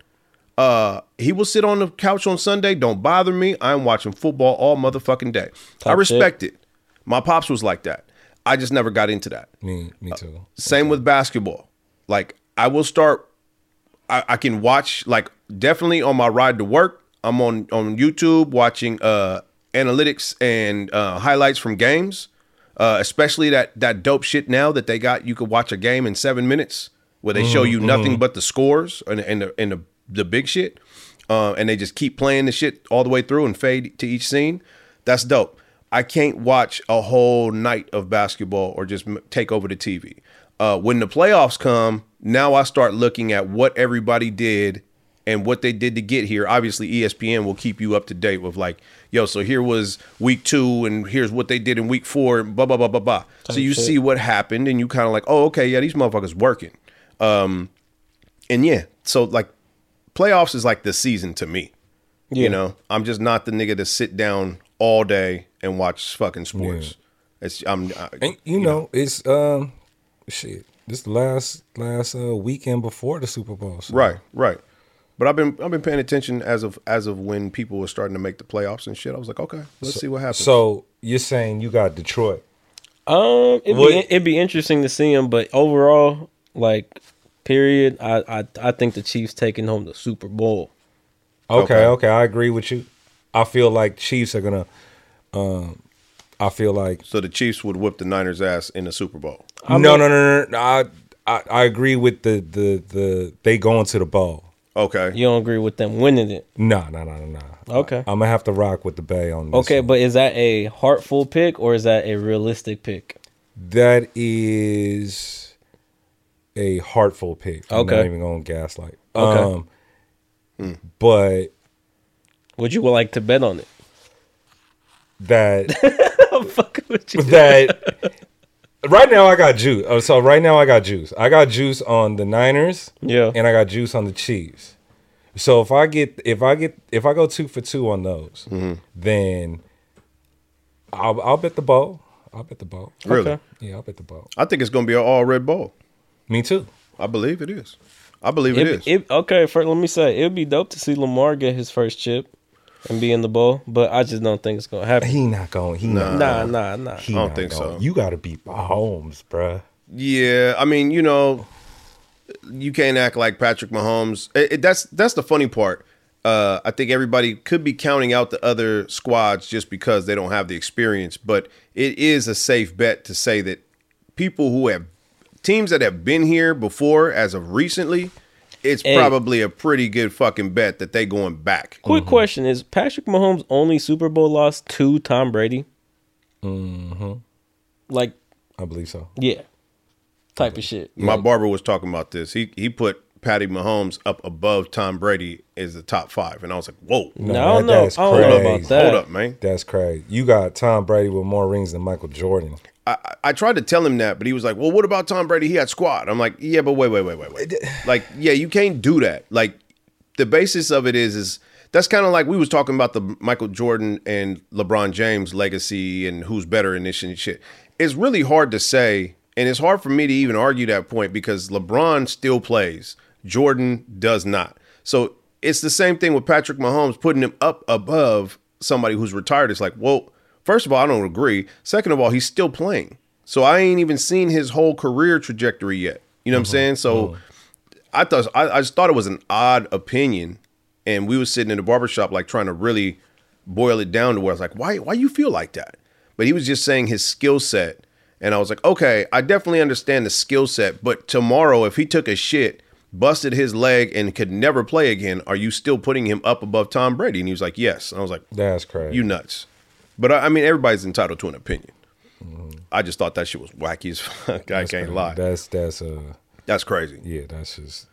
Uh, he will sit on the couch on Sunday. Don't bother me. I'm watching football all motherfucking day. I
shit.
respect it. My pops was like that. I just never got into that.
me,
Uh,
me too.
Same with basketball. Like I will start. I, I can watch like definitely on my ride to work. I'm on on YouTube watching uh analytics and uh, highlights from games. Uh, especially that that dope shit now that they got. You could watch a game in seven minutes where they show you nothing but the scores and and the, and the, the big shit. Uh, and they just keep playing the shit all the way through and fade to each scene. That's dope. I can't watch a whole night of basketball or just m- take over the TV. Uh, when the playoffs come, now I start looking at what everybody did and what they did to get here. Obviously, E ESPN will keep you up to date with like, yo, so here was week two, and here's what they did in week four, and blah blah blah blah blah. So you see what happened, and you kind of like, oh, okay, yeah, these motherfuckers working. Um, and yeah, so like, playoffs is like the season to me.
Yeah.
You know, I'm just not the nigga to sit down all day and watch fucking sports. It's I'm I,
And you know, it's um shit. This last last uh, weekend before the Super Bowl. so-
right, right. But I've been I've been paying attention as of as of when people were starting to make the playoffs and shit. I was like, okay, let's see what happens.
So you're saying you got Detroit.
Um, it'd
What-
be it'd be interesting to see him, but overall, like, period, I I I think the Chiefs taking home the Super Bowl.
Okay,
Okay.
okay, I agree with you. I feel like Chiefs are gonna um I feel like
so the Chiefs would whip the Niners ass in the Super Bowl.
no, no, no, no, no. I, I I agree with the the the they going to the bowl.
Okay.
You don't agree with them winning it?
No, no, no, no, no.
Okay.
I'm gonna have to rock with the Bay on this.
Okay,
one.
but is that a heartful pick or is that a realistic pick?
that is a heartful pick. I'm
Okay.
not even gonna gaslight.
Okay.
Um, but
Would you like to bet on it?
that
I'm fucking with you.
that right now I got juice. Uh, So right now I got juice. I got juice on the Niners.
Yeah.
And I got juice on the Chiefs. So if I get if I get if I go two for two on those,
Mm-hmm.
then I'll I'll bet the bowl. I'll bet the bowl.
Really?
Okay.
Yeah, I'll bet the bowl.
I think it's going to be an all red bowl.
Me too.
I believe it is. I believe
It,
it is.
it- okay, first, let me say it'd be dope to see Lamar get his first chip and be in the bowl, but I just don't think it's gonna happen.
He not going. He not
Nah,
going.
nah, nah.
He
I don't
not
think
going.
so.
You got to beat Mahomes, bruh.
yeah, I mean, you know, you can't act like Patrick Mahomes. It- it- that's that's the funny part. Uh, I think everybody could be counting out the other squads just because they don't have the experience, but it is a safe bet to say that people who have teams that have been here before as of recently, it's
Hey.
probably a pretty good fucking bet that they going back.
Quick
mm.
question: Is Patrick Mahomes' only Super Bowl loss to Tom Brady? Mm-hmm. Like,
I believe so.
yeah, type of shit.
My barber was talking about this. He he put Patty Mahomes up above Tom Brady as the top five, and I was like, whoa,
No, I don't
that-
know. I
that's
don't know about
crazy.
that.
hold up, man.
That's crazy. You got Tom Brady with more rings than Michael Jordan.
I, I- I tried to tell him that, but he was like, well, what about Tom Brady? He had squad. I'm like, yeah, but wait, wait, wait, wait, wait. Like, yeah, you can't do that. Like, the basis of it is is that's kind of like we was talking about the Michael Jordan and LeBron James legacy and who's better in this and shit. It's really hard to say, and it's hard for me to even argue that point because LeBron still plays, Jordan does not. So it's the same thing with Patrick Mahomes putting him up above somebody who's retired. It's like, well, first of all, I don't agree. Second of all, he's still playing. So I ain't even seen his whole career trajectory yet. You know what I'm saying? So I thought I, I just thought it was an odd opinion, and we were sitting in the barbershop like trying to really boil it down to where I was like, why why you feel like that? But he was just saying his skill set, and I was like, okay, I definitely understand the skill set, but tomorrow if he took a shit, busted his leg, and could never play again, are you still putting him up above Tom Brady? And he was like, yes. And I was like,
That's crazy.
you nuts. But I, I mean, everybody's entitled to an opinion. I just thought that shit was wacky as fuck. I can't lie.
That's that's uh
That's crazy.
yeah. That's just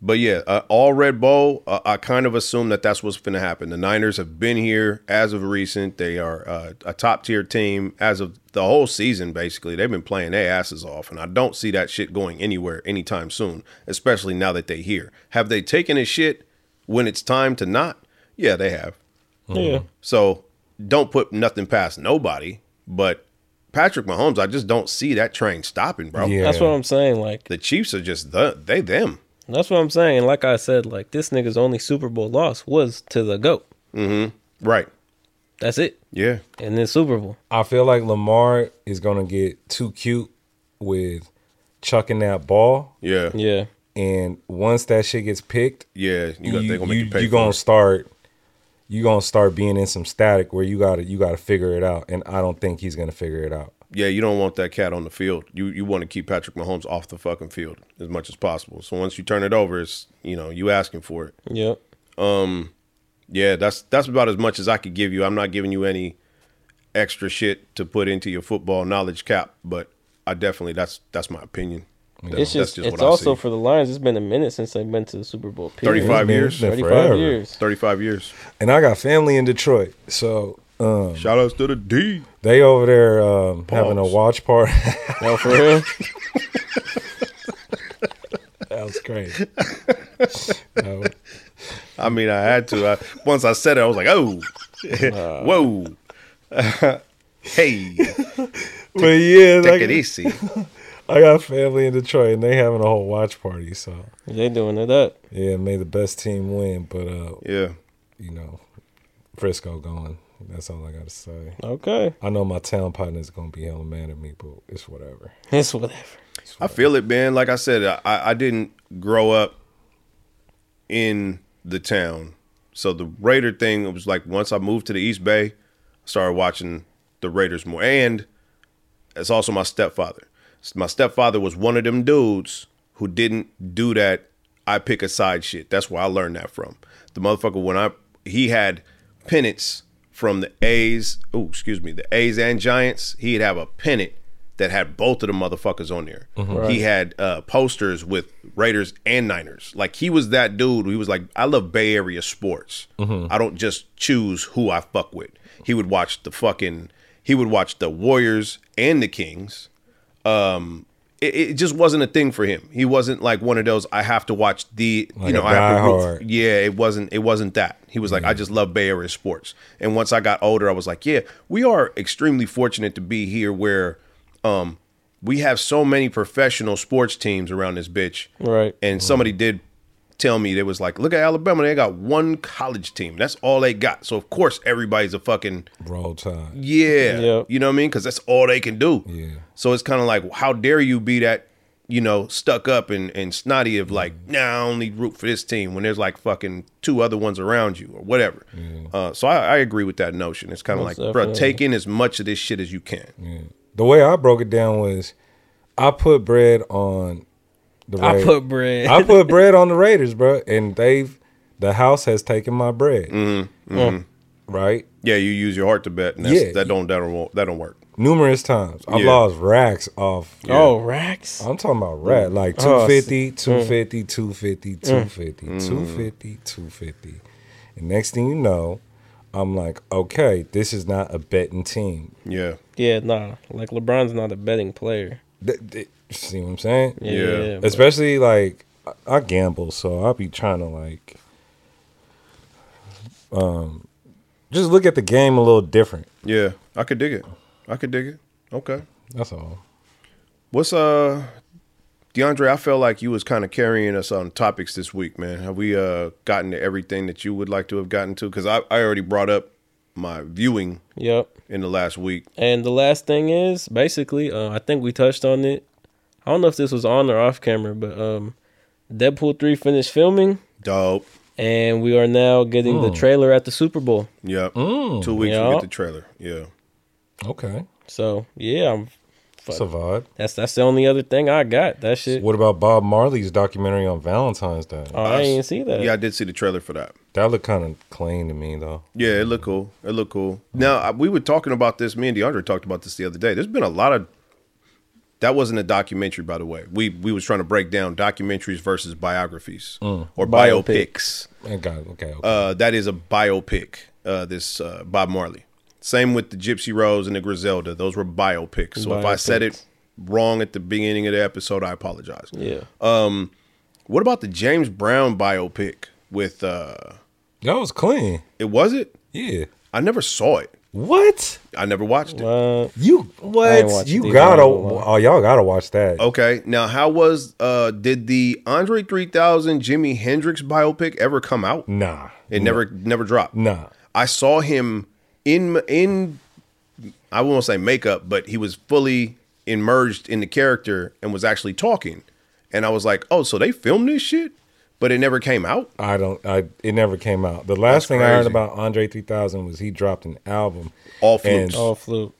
But yeah, uh, all Red Bowl. Uh, I kind of assume that that's what's going to happen. The Niners have been here as of recent. They are uh, a top tier team as of the whole season. Basically, they've been playing their asses off, and I don't see that shit going anywhere anytime soon. Especially now that they here. Have they taken a shit when it's time to not? Yeah, they have.
Yeah,
Mm-hmm.
So don't put nothing past nobody. But Patrick Mahomes, I just don't see that train stopping, bro.
Yeah.
that's what I'm saying. Like,
The Chiefs are just the they them.
that's what I'm saying. Like I said, like this nigga's only Super Bowl loss was to the goat.
Right.
That's it.
Yeah.
And then Super Bowl.
I feel like Lamar is gonna get too cute with chucking that ball,
Yeah.
Yeah.
and once that shit gets picked,
Yeah, you
you
got they gonna make you,
you,
pay.
you
for
gonna
it.
start you gonna start being in some static where you gotta you gotta figure it out, and I don't think he's gonna figure it out.
Yeah, you don't want that cat on the field. You you want to keep Patrick Mahomes off the fucking field as much as possible. So once you turn it over, it's you know you asking for it.
Yep.
Yeah, that's that's about as much as I could give you. I'm not giving you any extra shit to put into your football knowledge cap, but I definitely that's that's my opinion. That's,
It's
that's
just, it's also
see.
for the Lions. It's been a minute since they've been to the Super Bowl. period.
35
Man,
years.
it's been
35
forever.
years.
35 years.
and I got family in Detroit, so um,
Shout outs to the D.
they over there um, having a
Pause.
watch party.
No, for real.
that was crazy. No.
I mean, I had to. I, once I said it, I was like, oh, whoa. Hey,
But yeah,
take
like,
it easy.
I got family in Detroit and they having a whole watch party. So
They doing it up.
yeah, may the best team win. But uh,
Yeah.
you know, Frisco going. That's all I gotta say.
Okay,
I know my town partner is gonna be hella mad at me, but it's whatever.
it's whatever.
I feel it, man. Like I said, I, I didn't grow up in the town. So the Raider thing was like once I moved to the East Bay, I started watching the Raiders more. And it's also my stepfather. My stepfather was one of them dudes who didn't do that. I pick a side shit. That's where I learned that from. The motherfucker when I he had pennants from the A's. Oh, excuse me, the A's and Giants. He'd have a pennant that had both of the motherfuckers on there.
Mm-hmm.
He had uh, posters with Raiders and Niners. Like he was that dude. He was like, I love Bay Area sports.
Mm-hmm.
I don't just choose who I fuck with. He would watch the fucking. He would watch the Warriors and the Kings Um, it, it just wasn't a thing for him. He wasn't like one of those. I have to watch the you
Like
know
a
I have to root-
diehard. Mm-hmm.
Yeah, it wasn't. It wasn't that. He was like, I just love Bay Area sports. And once I got older, I was like, yeah, we are extremely fortunate to be here where um, we have so many professional sports teams around this bitch.
Right.
And somebody
Mm.
did tell me they was like, look at Alabama, they got one college team. That's all they got. So of course everybody's a fucking
Roll time.
yeah.
Yep.
You know what I mean? Because that's all they can do.
Yeah.
So it's kind of like, how dare you be that, you know, stuck up and, and snotty of like,
Mm.
nah, I only root for this team when there's like fucking two other ones around you or whatever. Uh, so I, I agree with that notion. It's kind of like,
Most
bro,
definitely.
take in as much of this shit as you can.
The way I broke it down was, I put bread on the.
I
Raid-
put bread.
I put bread on the Raiders, bro, and they've the house has taken my bread.
Mm.
Right,
Yeah, you use your heart to bet, and that's,
Yeah.
that don't that don't wo- that don't work.
numerous times I've
Yeah.
lost racks off.
Oh, racks.
I'm talking about rat like
Oh, I see. Mm.
250, 250, 250, 250, 250, 250. And next thing you know, I'm like, okay, this is not a betting team.
Yeah,
Yeah, nah. Like LeBron's not a betting player.
Th- th- See what I'm saying?
Yeah,
Yeah.
yeah, but-
Especially like I- I gamble, so I'll be trying to like um just look at the game a little different.
yeah, I could dig it. I could dig it. Okay,
That's all.
what's uh, DeAndre? I felt like you was kind of carrying us on topics this week, man. Have we uh gotten to everything that you would like to have gotten to? Because I I already brought up my viewing
Yep.
in the last week.
And the last thing is basically, uh, I think we touched on it. I don't know if this was on or off camera, but um, Deadpool three finished filming,
Dope.
and we are now getting
Oh.
the trailer at the Super Bowl.
Yep. Two weeks we
Yeah.
get the trailer. Yeah.
Okay.
So yeah, I'm,
That's a vibe.
that's that's the only other thing I got. That shit.
What about Bob Marley's documentary on Valentine's Day?
Oh, I didn't see that.
Yeah, I did see the trailer for that.
That looked kind of clean to me though.
Yeah, it looked cool. It looked cool. Now I- we were talking about this. Me and DeAndre talked about this the other day. There's been a lot of. That wasn't a documentary, by the way. We we was trying to break down documentaries versus biographies or biopics.
Biopics.
I got okay. okay.
Uh, that is a biopic. Uh, this uh, Bob Marley. Same with the Gypsy Rose and the Griselda. Those were biopics. So if I said it wrong at the beginning of the episode, I apologize.
Yeah.
What about the James Brown biopic with uh
that was clean.
it was it?
Yeah.
I never saw it.
What?
I never watched it.
Uh,
You
ain't watched
what?
it
You
either,
gotta
I ain't gonna lie.
oh y'all gotta watch that.
Okay. Now how was uh did the Andre 3000 Jimi Hendrix biopic ever come out?
Nah.
It never never dropped.
Nah.
I saw him in in I won't say makeup, but he was fully immersed in the character and was actually talking. And I was like, "Oh, so they filmed this shit?" But it never came out.
I don't. I it never came out. The last thing I heard
crazy.
about Andre 3000 was he dropped an album.
All
And-
flukes.
oh, fluke.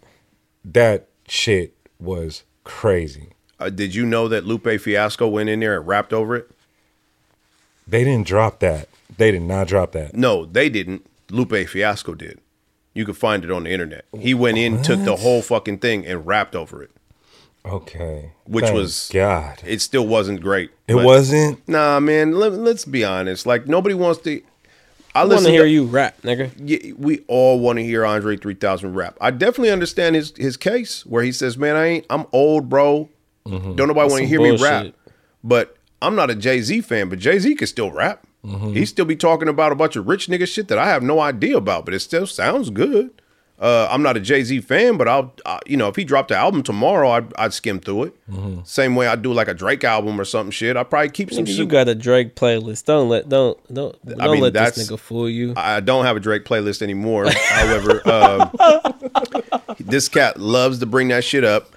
That shit was crazy.
Uh, did you know that Lupe Fiasco went in there and rapped over it?
They didn't drop that. They did not drop that.
No, they didn't. Lupe Fiasco did. You could find it on the internet. He went in, took the whole fucking thing, and rapped over it.
Okay.
Which
Thank
was-
God. It,
It still wasn't great. but-
wasn't.
Nah, man. Let, let's be honest. Like nobody wants to. I
I want
listen.
to
To
hear you rap, nigga.
y- we all want to hear Andre 3000 rap. I definitely understand his his case where he says, "Man, I ain't. I'm old, bro. Don't nobody want to
Mm-hmm. some
hear me rap."
bullshit.
But I'm not a Jay Z fan, but Jay Z can still rap.
Mm-hmm.
He still be talking about a bunch of rich nigga shit that I have no idea about, but it still sounds good. Uh, I'm not a Jay Z fan, but I'll, I, you know, if he dropped the album tomorrow, I'd, I'd skim through it.
Mm-hmm.
Same way I do like a Drake album or something shit. I probably keep some.
Nigga, you
shit.
got a Drake playlist. Don't let don't don't don't
mean,
let
that's-
this nigga fool you.
I don't have a Drake playlist anymore. However, um, this cat loves to bring that shit up.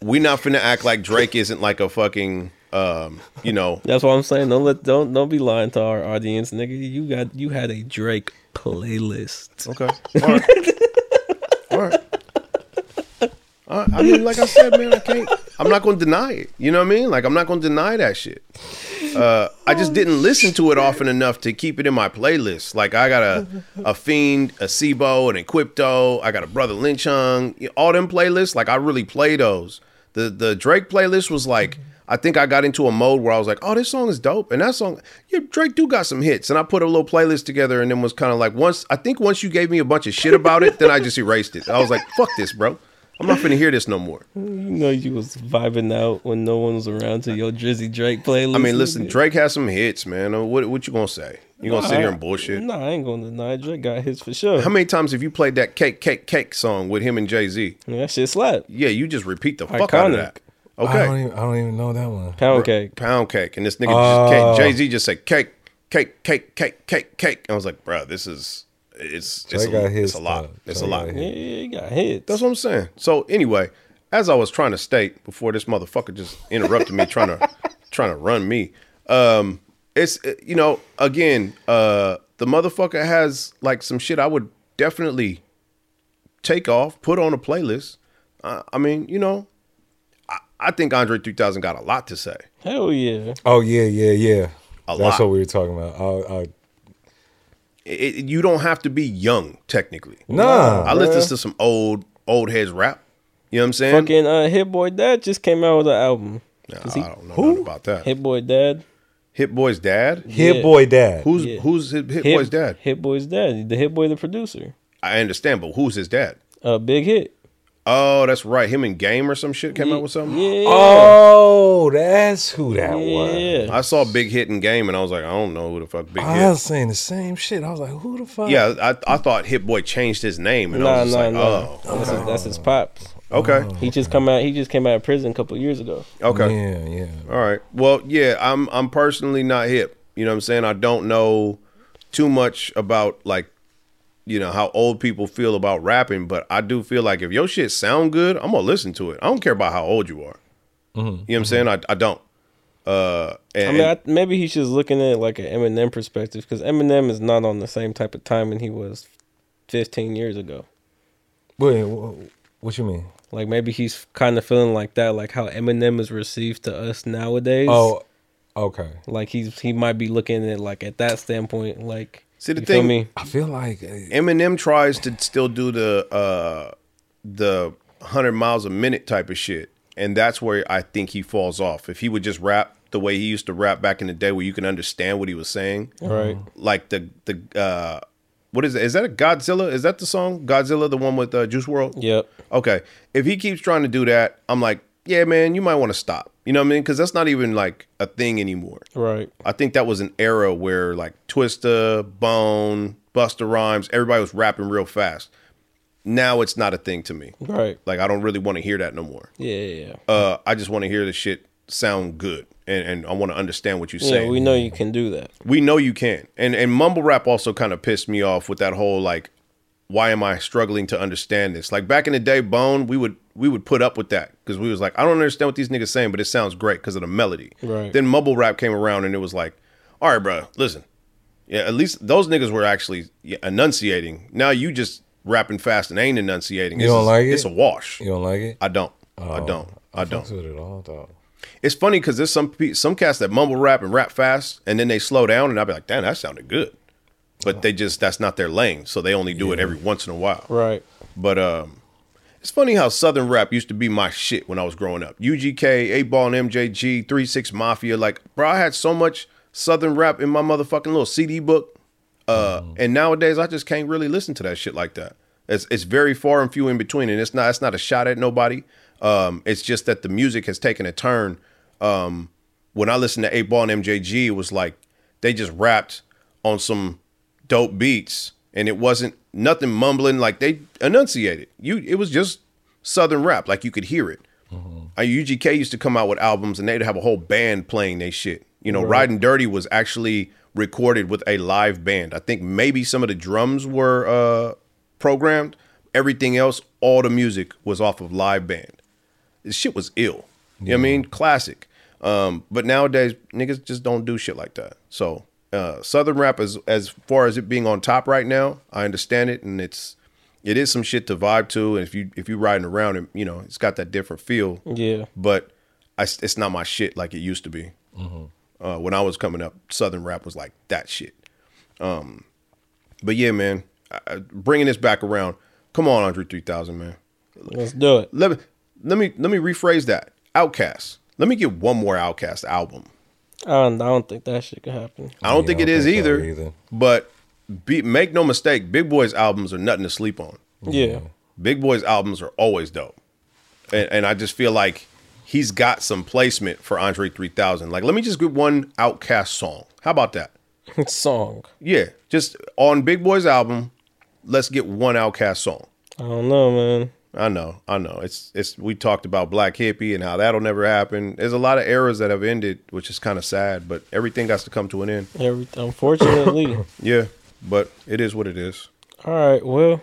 We not finna act like Drake isn't like a fucking, um, you know,
That's what I'm saying. Don't let don't don't be lying to our audience, nigga. You got you had a Drake playlist.
Okay. All right. All right. All right. I mean, like I said, man, I can't. I'm not going to deny it. You know what I mean? Like, I'm not going to deny that shit. Uh, I just didn't listen to it often enough to keep it in my playlist. Like, I got a a fiend, a Sibo, an Equipto. I got a brother Lynchung. All them playlists. Like, I really play those. The the Drake playlist was like. I think I got into a mode where I was like, "Oh, this song is dope," and that song, yeah, Drake do got some hits. And I put a little playlist together, and then was kind of like, once I think once you gave me a bunch of shit about it, then I just erased it. I was like, "Fuck this, bro! I'm not finna hear this no more."
You know you was vibing out when no one was around to your Drizzy Drake playlist.
I mean, listen, Drake has some hits, man. Uh, What what you gonna say? You gonna sit here and bullshit?
No, I ain't gonna deny it. Drake got hits for sure.
How many times have you played that cake, cake, cake song with him and Jay Z?
Yeah, that shit slap.
Yeah, you just repeat the fuck out of
Iconic.
that.
I don't
Okay,
even, I don't even know that one.
Pound cake.
pound cake, and this
Oh.
nigga just Jay Z just said cake, cake, cake, cake, cake, cake. And I was like, bro, this is it's it's,
Drake got
a,
his
it's a lot.
stuff.
It's a
Drake
lot.
got
Yeah,
his.
he got hits.
That's what I'm saying. So anyway, as I was trying to state before this motherfucker just interrupted me trying to trying to run me. Um it's uh, you know, again, uh the motherfucker has like some shit I would definitely take off, put on a playlist. I, I mean, you know, I, I think Andre 3000 got a lot to say.
Hell yeah.
Oh yeah, yeah, yeah.
A
That's
lot.
what we were talking about. Uh, I, I,
It, it- you don't have to be young technically.
nah,
I listen to some old old heads rap. You know what I'm saying?
Fucking uh, Hit Boy Dad just came out with an album.
Nah,
Is he-
I don't know nothing about that. Hip,
Hit Boy Dad.
Boy's dad.
Hit
Yeah.
Boy Dad.
Who's
Yeah.
who's his Hit,
Hit
Boy's dad?
Hit Boy's dad. The Hit Boy, the producer.
I understand, but who's his dad?
Uh, big hit.
Oh, that's right. Him and Game or some shit came out with something.
Yeah.
Oh, that's who that was.
yeah.
I saw Big Hit and Game, and I was like, I don't know who the fuck Big
I
Hit.
was saying the same shit. I was like, who the fuck?
Yeah, I, I thought Hit Boy changed his name, and I
Nah,
was just
nah,
like,
nah.
oh,
That's, his, that's his pops.
okay,
He just come out. He just came out of prison a couple years ago.
okay,
Yeah, yeah.
all right. Well, yeah, I'm I'm personally not hip. You know what I'm saying? I don't know too much about like, you know, how old people feel about rapping, but I do feel like if your shit sound good, I'm gonna listen to it. I don't care about how old you are. You know what I'm saying? I, I don't. Uh, and,
I mean, I, maybe he's just looking at it like an Eminem perspective because Eminem is not on the same type of timing he was 15 years ago.
Wait, wha- what you mean?
Like maybe he's kind of feeling like that, like how Eminem is received to us nowadays.
Oh, okay.
like he's he might be looking at it like at that standpoint. Like,
See, the
you feel
thing-
me?
I feel like uh,
Eminem tries to still do the uh the hundred miles a minute type of shit, and that's where I think he falls off. If he would just rap the way he used to rap back in the day, where you can understand what he was saying,
Right.
like the the uh, what is it? Is that a Godzilla? Is that the song Godzilla, the one with uh, Juice World?
Yep.
Okay. If he keeps trying to do that, I'm like, yeah, man, you might want to stop. You know what I mean? Because that's not even like a thing anymore.
Right.
I think that was an era where like Twista, Bone, Buster Rhymes, everybody was rapping real fast. Now it's not a thing to me.
Right.
Like I don't really want to hear that no more.
Yeah. Yeah. yeah.
Uh, I just want to hear the shit sound good, and, and I want to understand what you're
Yeah,
saying.
we know you can do that.
We know you can. And and mumble rap also kind of pissed me off with that whole like why am I struggling to understand this? Like back in the day Bone, we would we would put up with that cuz we was like I don't understand what these niggas saying, but it sounds great cuz of the melody.
Right.
Then mumble rap came around and it was like, "All right, bro, listen. Yeah, at least those niggas were actually yeah, enunciating. Now you just rapping fast and ain't enunciating.
You
It's
don't
a-
like it? Oh,
It's a wash.
you don't like it.
I don't. I don't. I don't.
fucks with it all though.
It's funny because there's some pe- some cats that mumble rap and rap fast, and then they slow down, and I'll be like, "Damn, that sounded good," but they just that's not their lane, so they only do it every once in a while.
Right.
But um, it's funny how southern rap used to be my shit when I was growing up. UGK, Eight Ball, and MJG, Three Six Mafia, like bro, I had so much southern rap in my motherfucking little CD book. Uh, and nowadays I just can't really listen to that shit like that. It's it's very far and few in between, and it's not it's not a shot at nobody. Um, it's just that the music has taken a turn. Um, when I listened to Eight Ball and MJG, it was like they just rapped on some dope beats and it wasn't nothing mumbling like they enunciated. You, it was just Southern rap, like you could hear it. Uh, UGK used to come out with albums, and they'd have a whole band playing they shit. You know, Riding Dirty was actually recorded with a live band. I think maybe some of the drums were uh, programmed. Everything else, all the music was off of live band. This shit was ill. You know what I mean? Classic. Um, but nowadays, niggas just don't do shit like that. So, uh, Southern rap, as as far as it being on top right now, I understand it, and it's it is some shit to vibe to. And if you if you riding around, and you know, it's got that different feel.
Yeah.
But I, it's not my shit like it used to be. Uh, when I was coming up, Southern rap was like that shit. Um, but yeah, man, I, I- bringing this back around. Come on, Andre three thousand, man
Let's do it.
let me let me let me rephrase that. Outcast. Let me get one more Outcast album.
I don't, I don't think that shit could happen.
I don't
Yeah,
think
I
it
don't
is
think so
either,
either.
But be, make no mistake, Big Boy's albums are nothing to sleep on.
Yeah.
Big Boy's albums are always dope, and, and I just feel like he's got some placement for Andre three thousand. Like, let me just get one Outcast song. How about that?
Song.
Yeah, just on Big Boy's album, let's get one Outcast song.
I don't know, man.
I know, I know. It's it's we talked about black hippie and how that'll never happen. There's a lot of eras that have ended, which is kind of sad, but everything has to come to an end.
Every, unfortunately.
Yeah, but it is what it is.
All right. Well,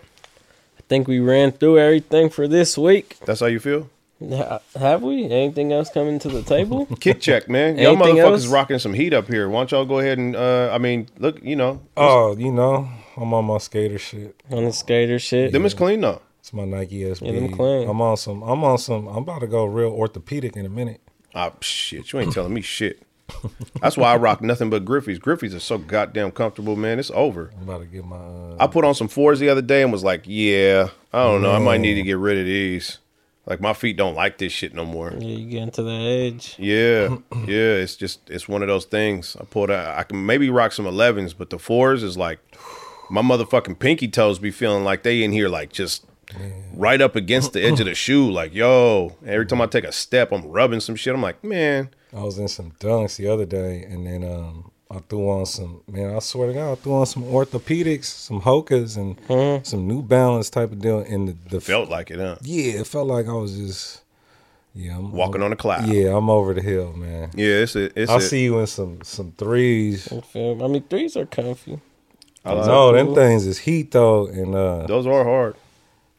I think we ran through everything for this week.
That's how you feel.
Ha- Have we? Anything else coming to the table?
Kick check, man. Y'all
Anything
motherfuckers
else?
rocking some heat up here. Why don't y'all go ahead and uh I mean, look, you know,
Oh, you know, I'm on my skater shit.
On the skater shit.
them is clean though.
It's my Nike SB.
them clean.
I'm on some. I'm on some. I'm about to go real orthopedic in a minute.
Ah shit, you ain't telling me shit. That's why I rock nothing but Griffies. Griffies are so goddamn comfortable, man. It's over.
I'm about to get my. Uh,
I put on some fours the other day and was like, yeah, I don't know. I might need to get rid of these. Like my feet don't like this shit no more.
Yeah, you getting to that age.
Yeah, yeah. It's just it's one of those things. I pulled out. I can maybe rock some elevens, but the fours is like my motherfucking pinky toes be feeling like they in here like just right up against the edge of the shoe. Like yo, every time I take a step, I'm rubbing some shit. I'm like, man,
I was in some dunks the other day, and then um, I threw on some. Man, I swear to God, I threw on some orthopedics, some Hokas, and some New Balance type of deal. And the, the
Mm-hmm. felt like it, huh?
yeah, it felt like I was just yeah, I'm
Walking on a cloud.
Yeah, I'm over the hill, man.
Yeah, it's it. It's
I
it.
see you in some some threes.
You feel me? I mean, threes are comfy.
no, them things is heat though, and uh,
Those are hard.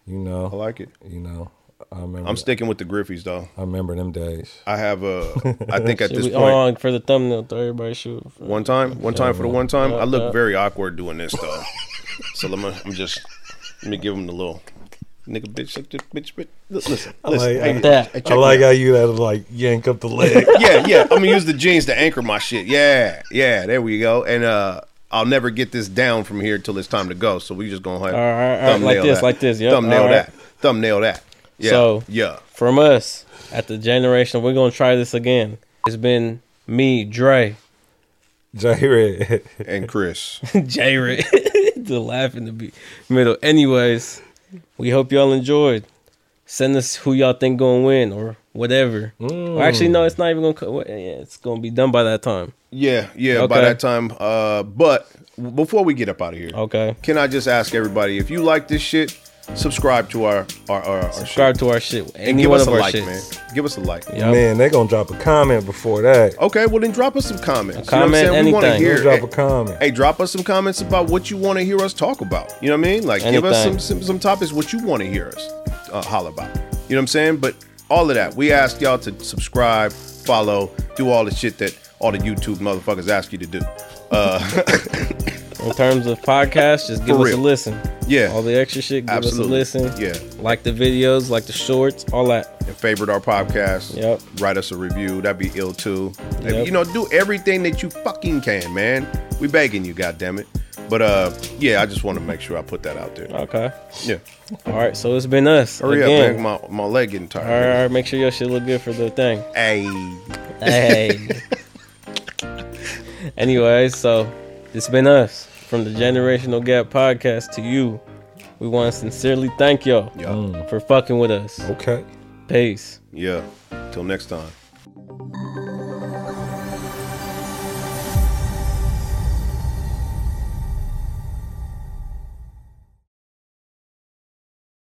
you
I
know,
like it.
you know, I remember.
I'm sticking with the Griffies though.
I remember them days.
I have a. I think at
Should
this
we,
point,
oh, for the thumbnail, though, everybody should.
one time, one time for the one time, I
yeah.
look very awkward doing this though. so let me. I'm just. Let me give him the little. Nigga, bitch, shut this bitch, bitch. Li- Listen, listen.
like-
hey,
That.
hey, check
I like
me out.
how you had to like yank up the leg.
Yeah, yeah. I'm gonna use the jeans to anchor my shit. Yeah, yeah. There we go. And uh, I'll never get this down from here till it's time to go. So we just gonna have
All right, all right, like this,
that.
like this, yep,
thumbnail
all right.
that, thumbnail that. Yeah,
So-
yeah.
From us at the generation, we're gonna try this again. It's been me, Dre,
J-Red.
And Chris,
J-Rit, the laugh in the be- middle. Anyways, we hope y'all enjoyed. Send us who y'all think gonna win or whatever. Or actually,
Mm.
no, it's not even gonna. Co- yeah, it's gonna be done by that time.
yeah, yeah. By
Okay.
that time, uh, but before we get up out of here,
Okay.
Can I just ask everybody if you like this shit, subscribe to our our, our, our
Subscribe
shit.
to our shit. Any
and give
one
us a
of our
like,
shits.
man. Give us a like.
Yep.
Man, they gonna drop a comment before that.
Okay, well then drop us some comments.
A comment,
We wanna
anything.
hear.
They drop
hey,
a comment.
hey, drop us some comments about what you want to hear us talk about. You know what I mean? Like, give us some,
Anything.
some some topics what you want to hear us uh, holler about. You know what I'm saying? But all of that, we ask y'all to subscribe, follow, do all the shit that all the YouTube motherfuckers ask you to do. Uh,
In terms of podcasts, just give
For
us a
real.
listen.
Yeah.
All the extra shit, give
Absolutely.
us a listen.
Yeah.
Like the videos, like the shorts, all that.
and favorite our podcast.
Yep.
Write us a review. That'd be ill too. And,
Yep.
You know, do everything that you fucking can, man. We begging you, goddammit. But uh, yeah, I just want to make sure I put that out there.
Okay.
Yeah.
All right, so it's been us.
Hurry
again.
up, man. My my leg getting
All right, all
tired.
right, make sure your shit look good for the thing.
Hey.
Hey. Anyways, so it's been us from the Generational Gap podcast to you. We want to sincerely thank y'all
Yeah.
for fucking with us.
Okay.
Peace.
Yeah. Till next time.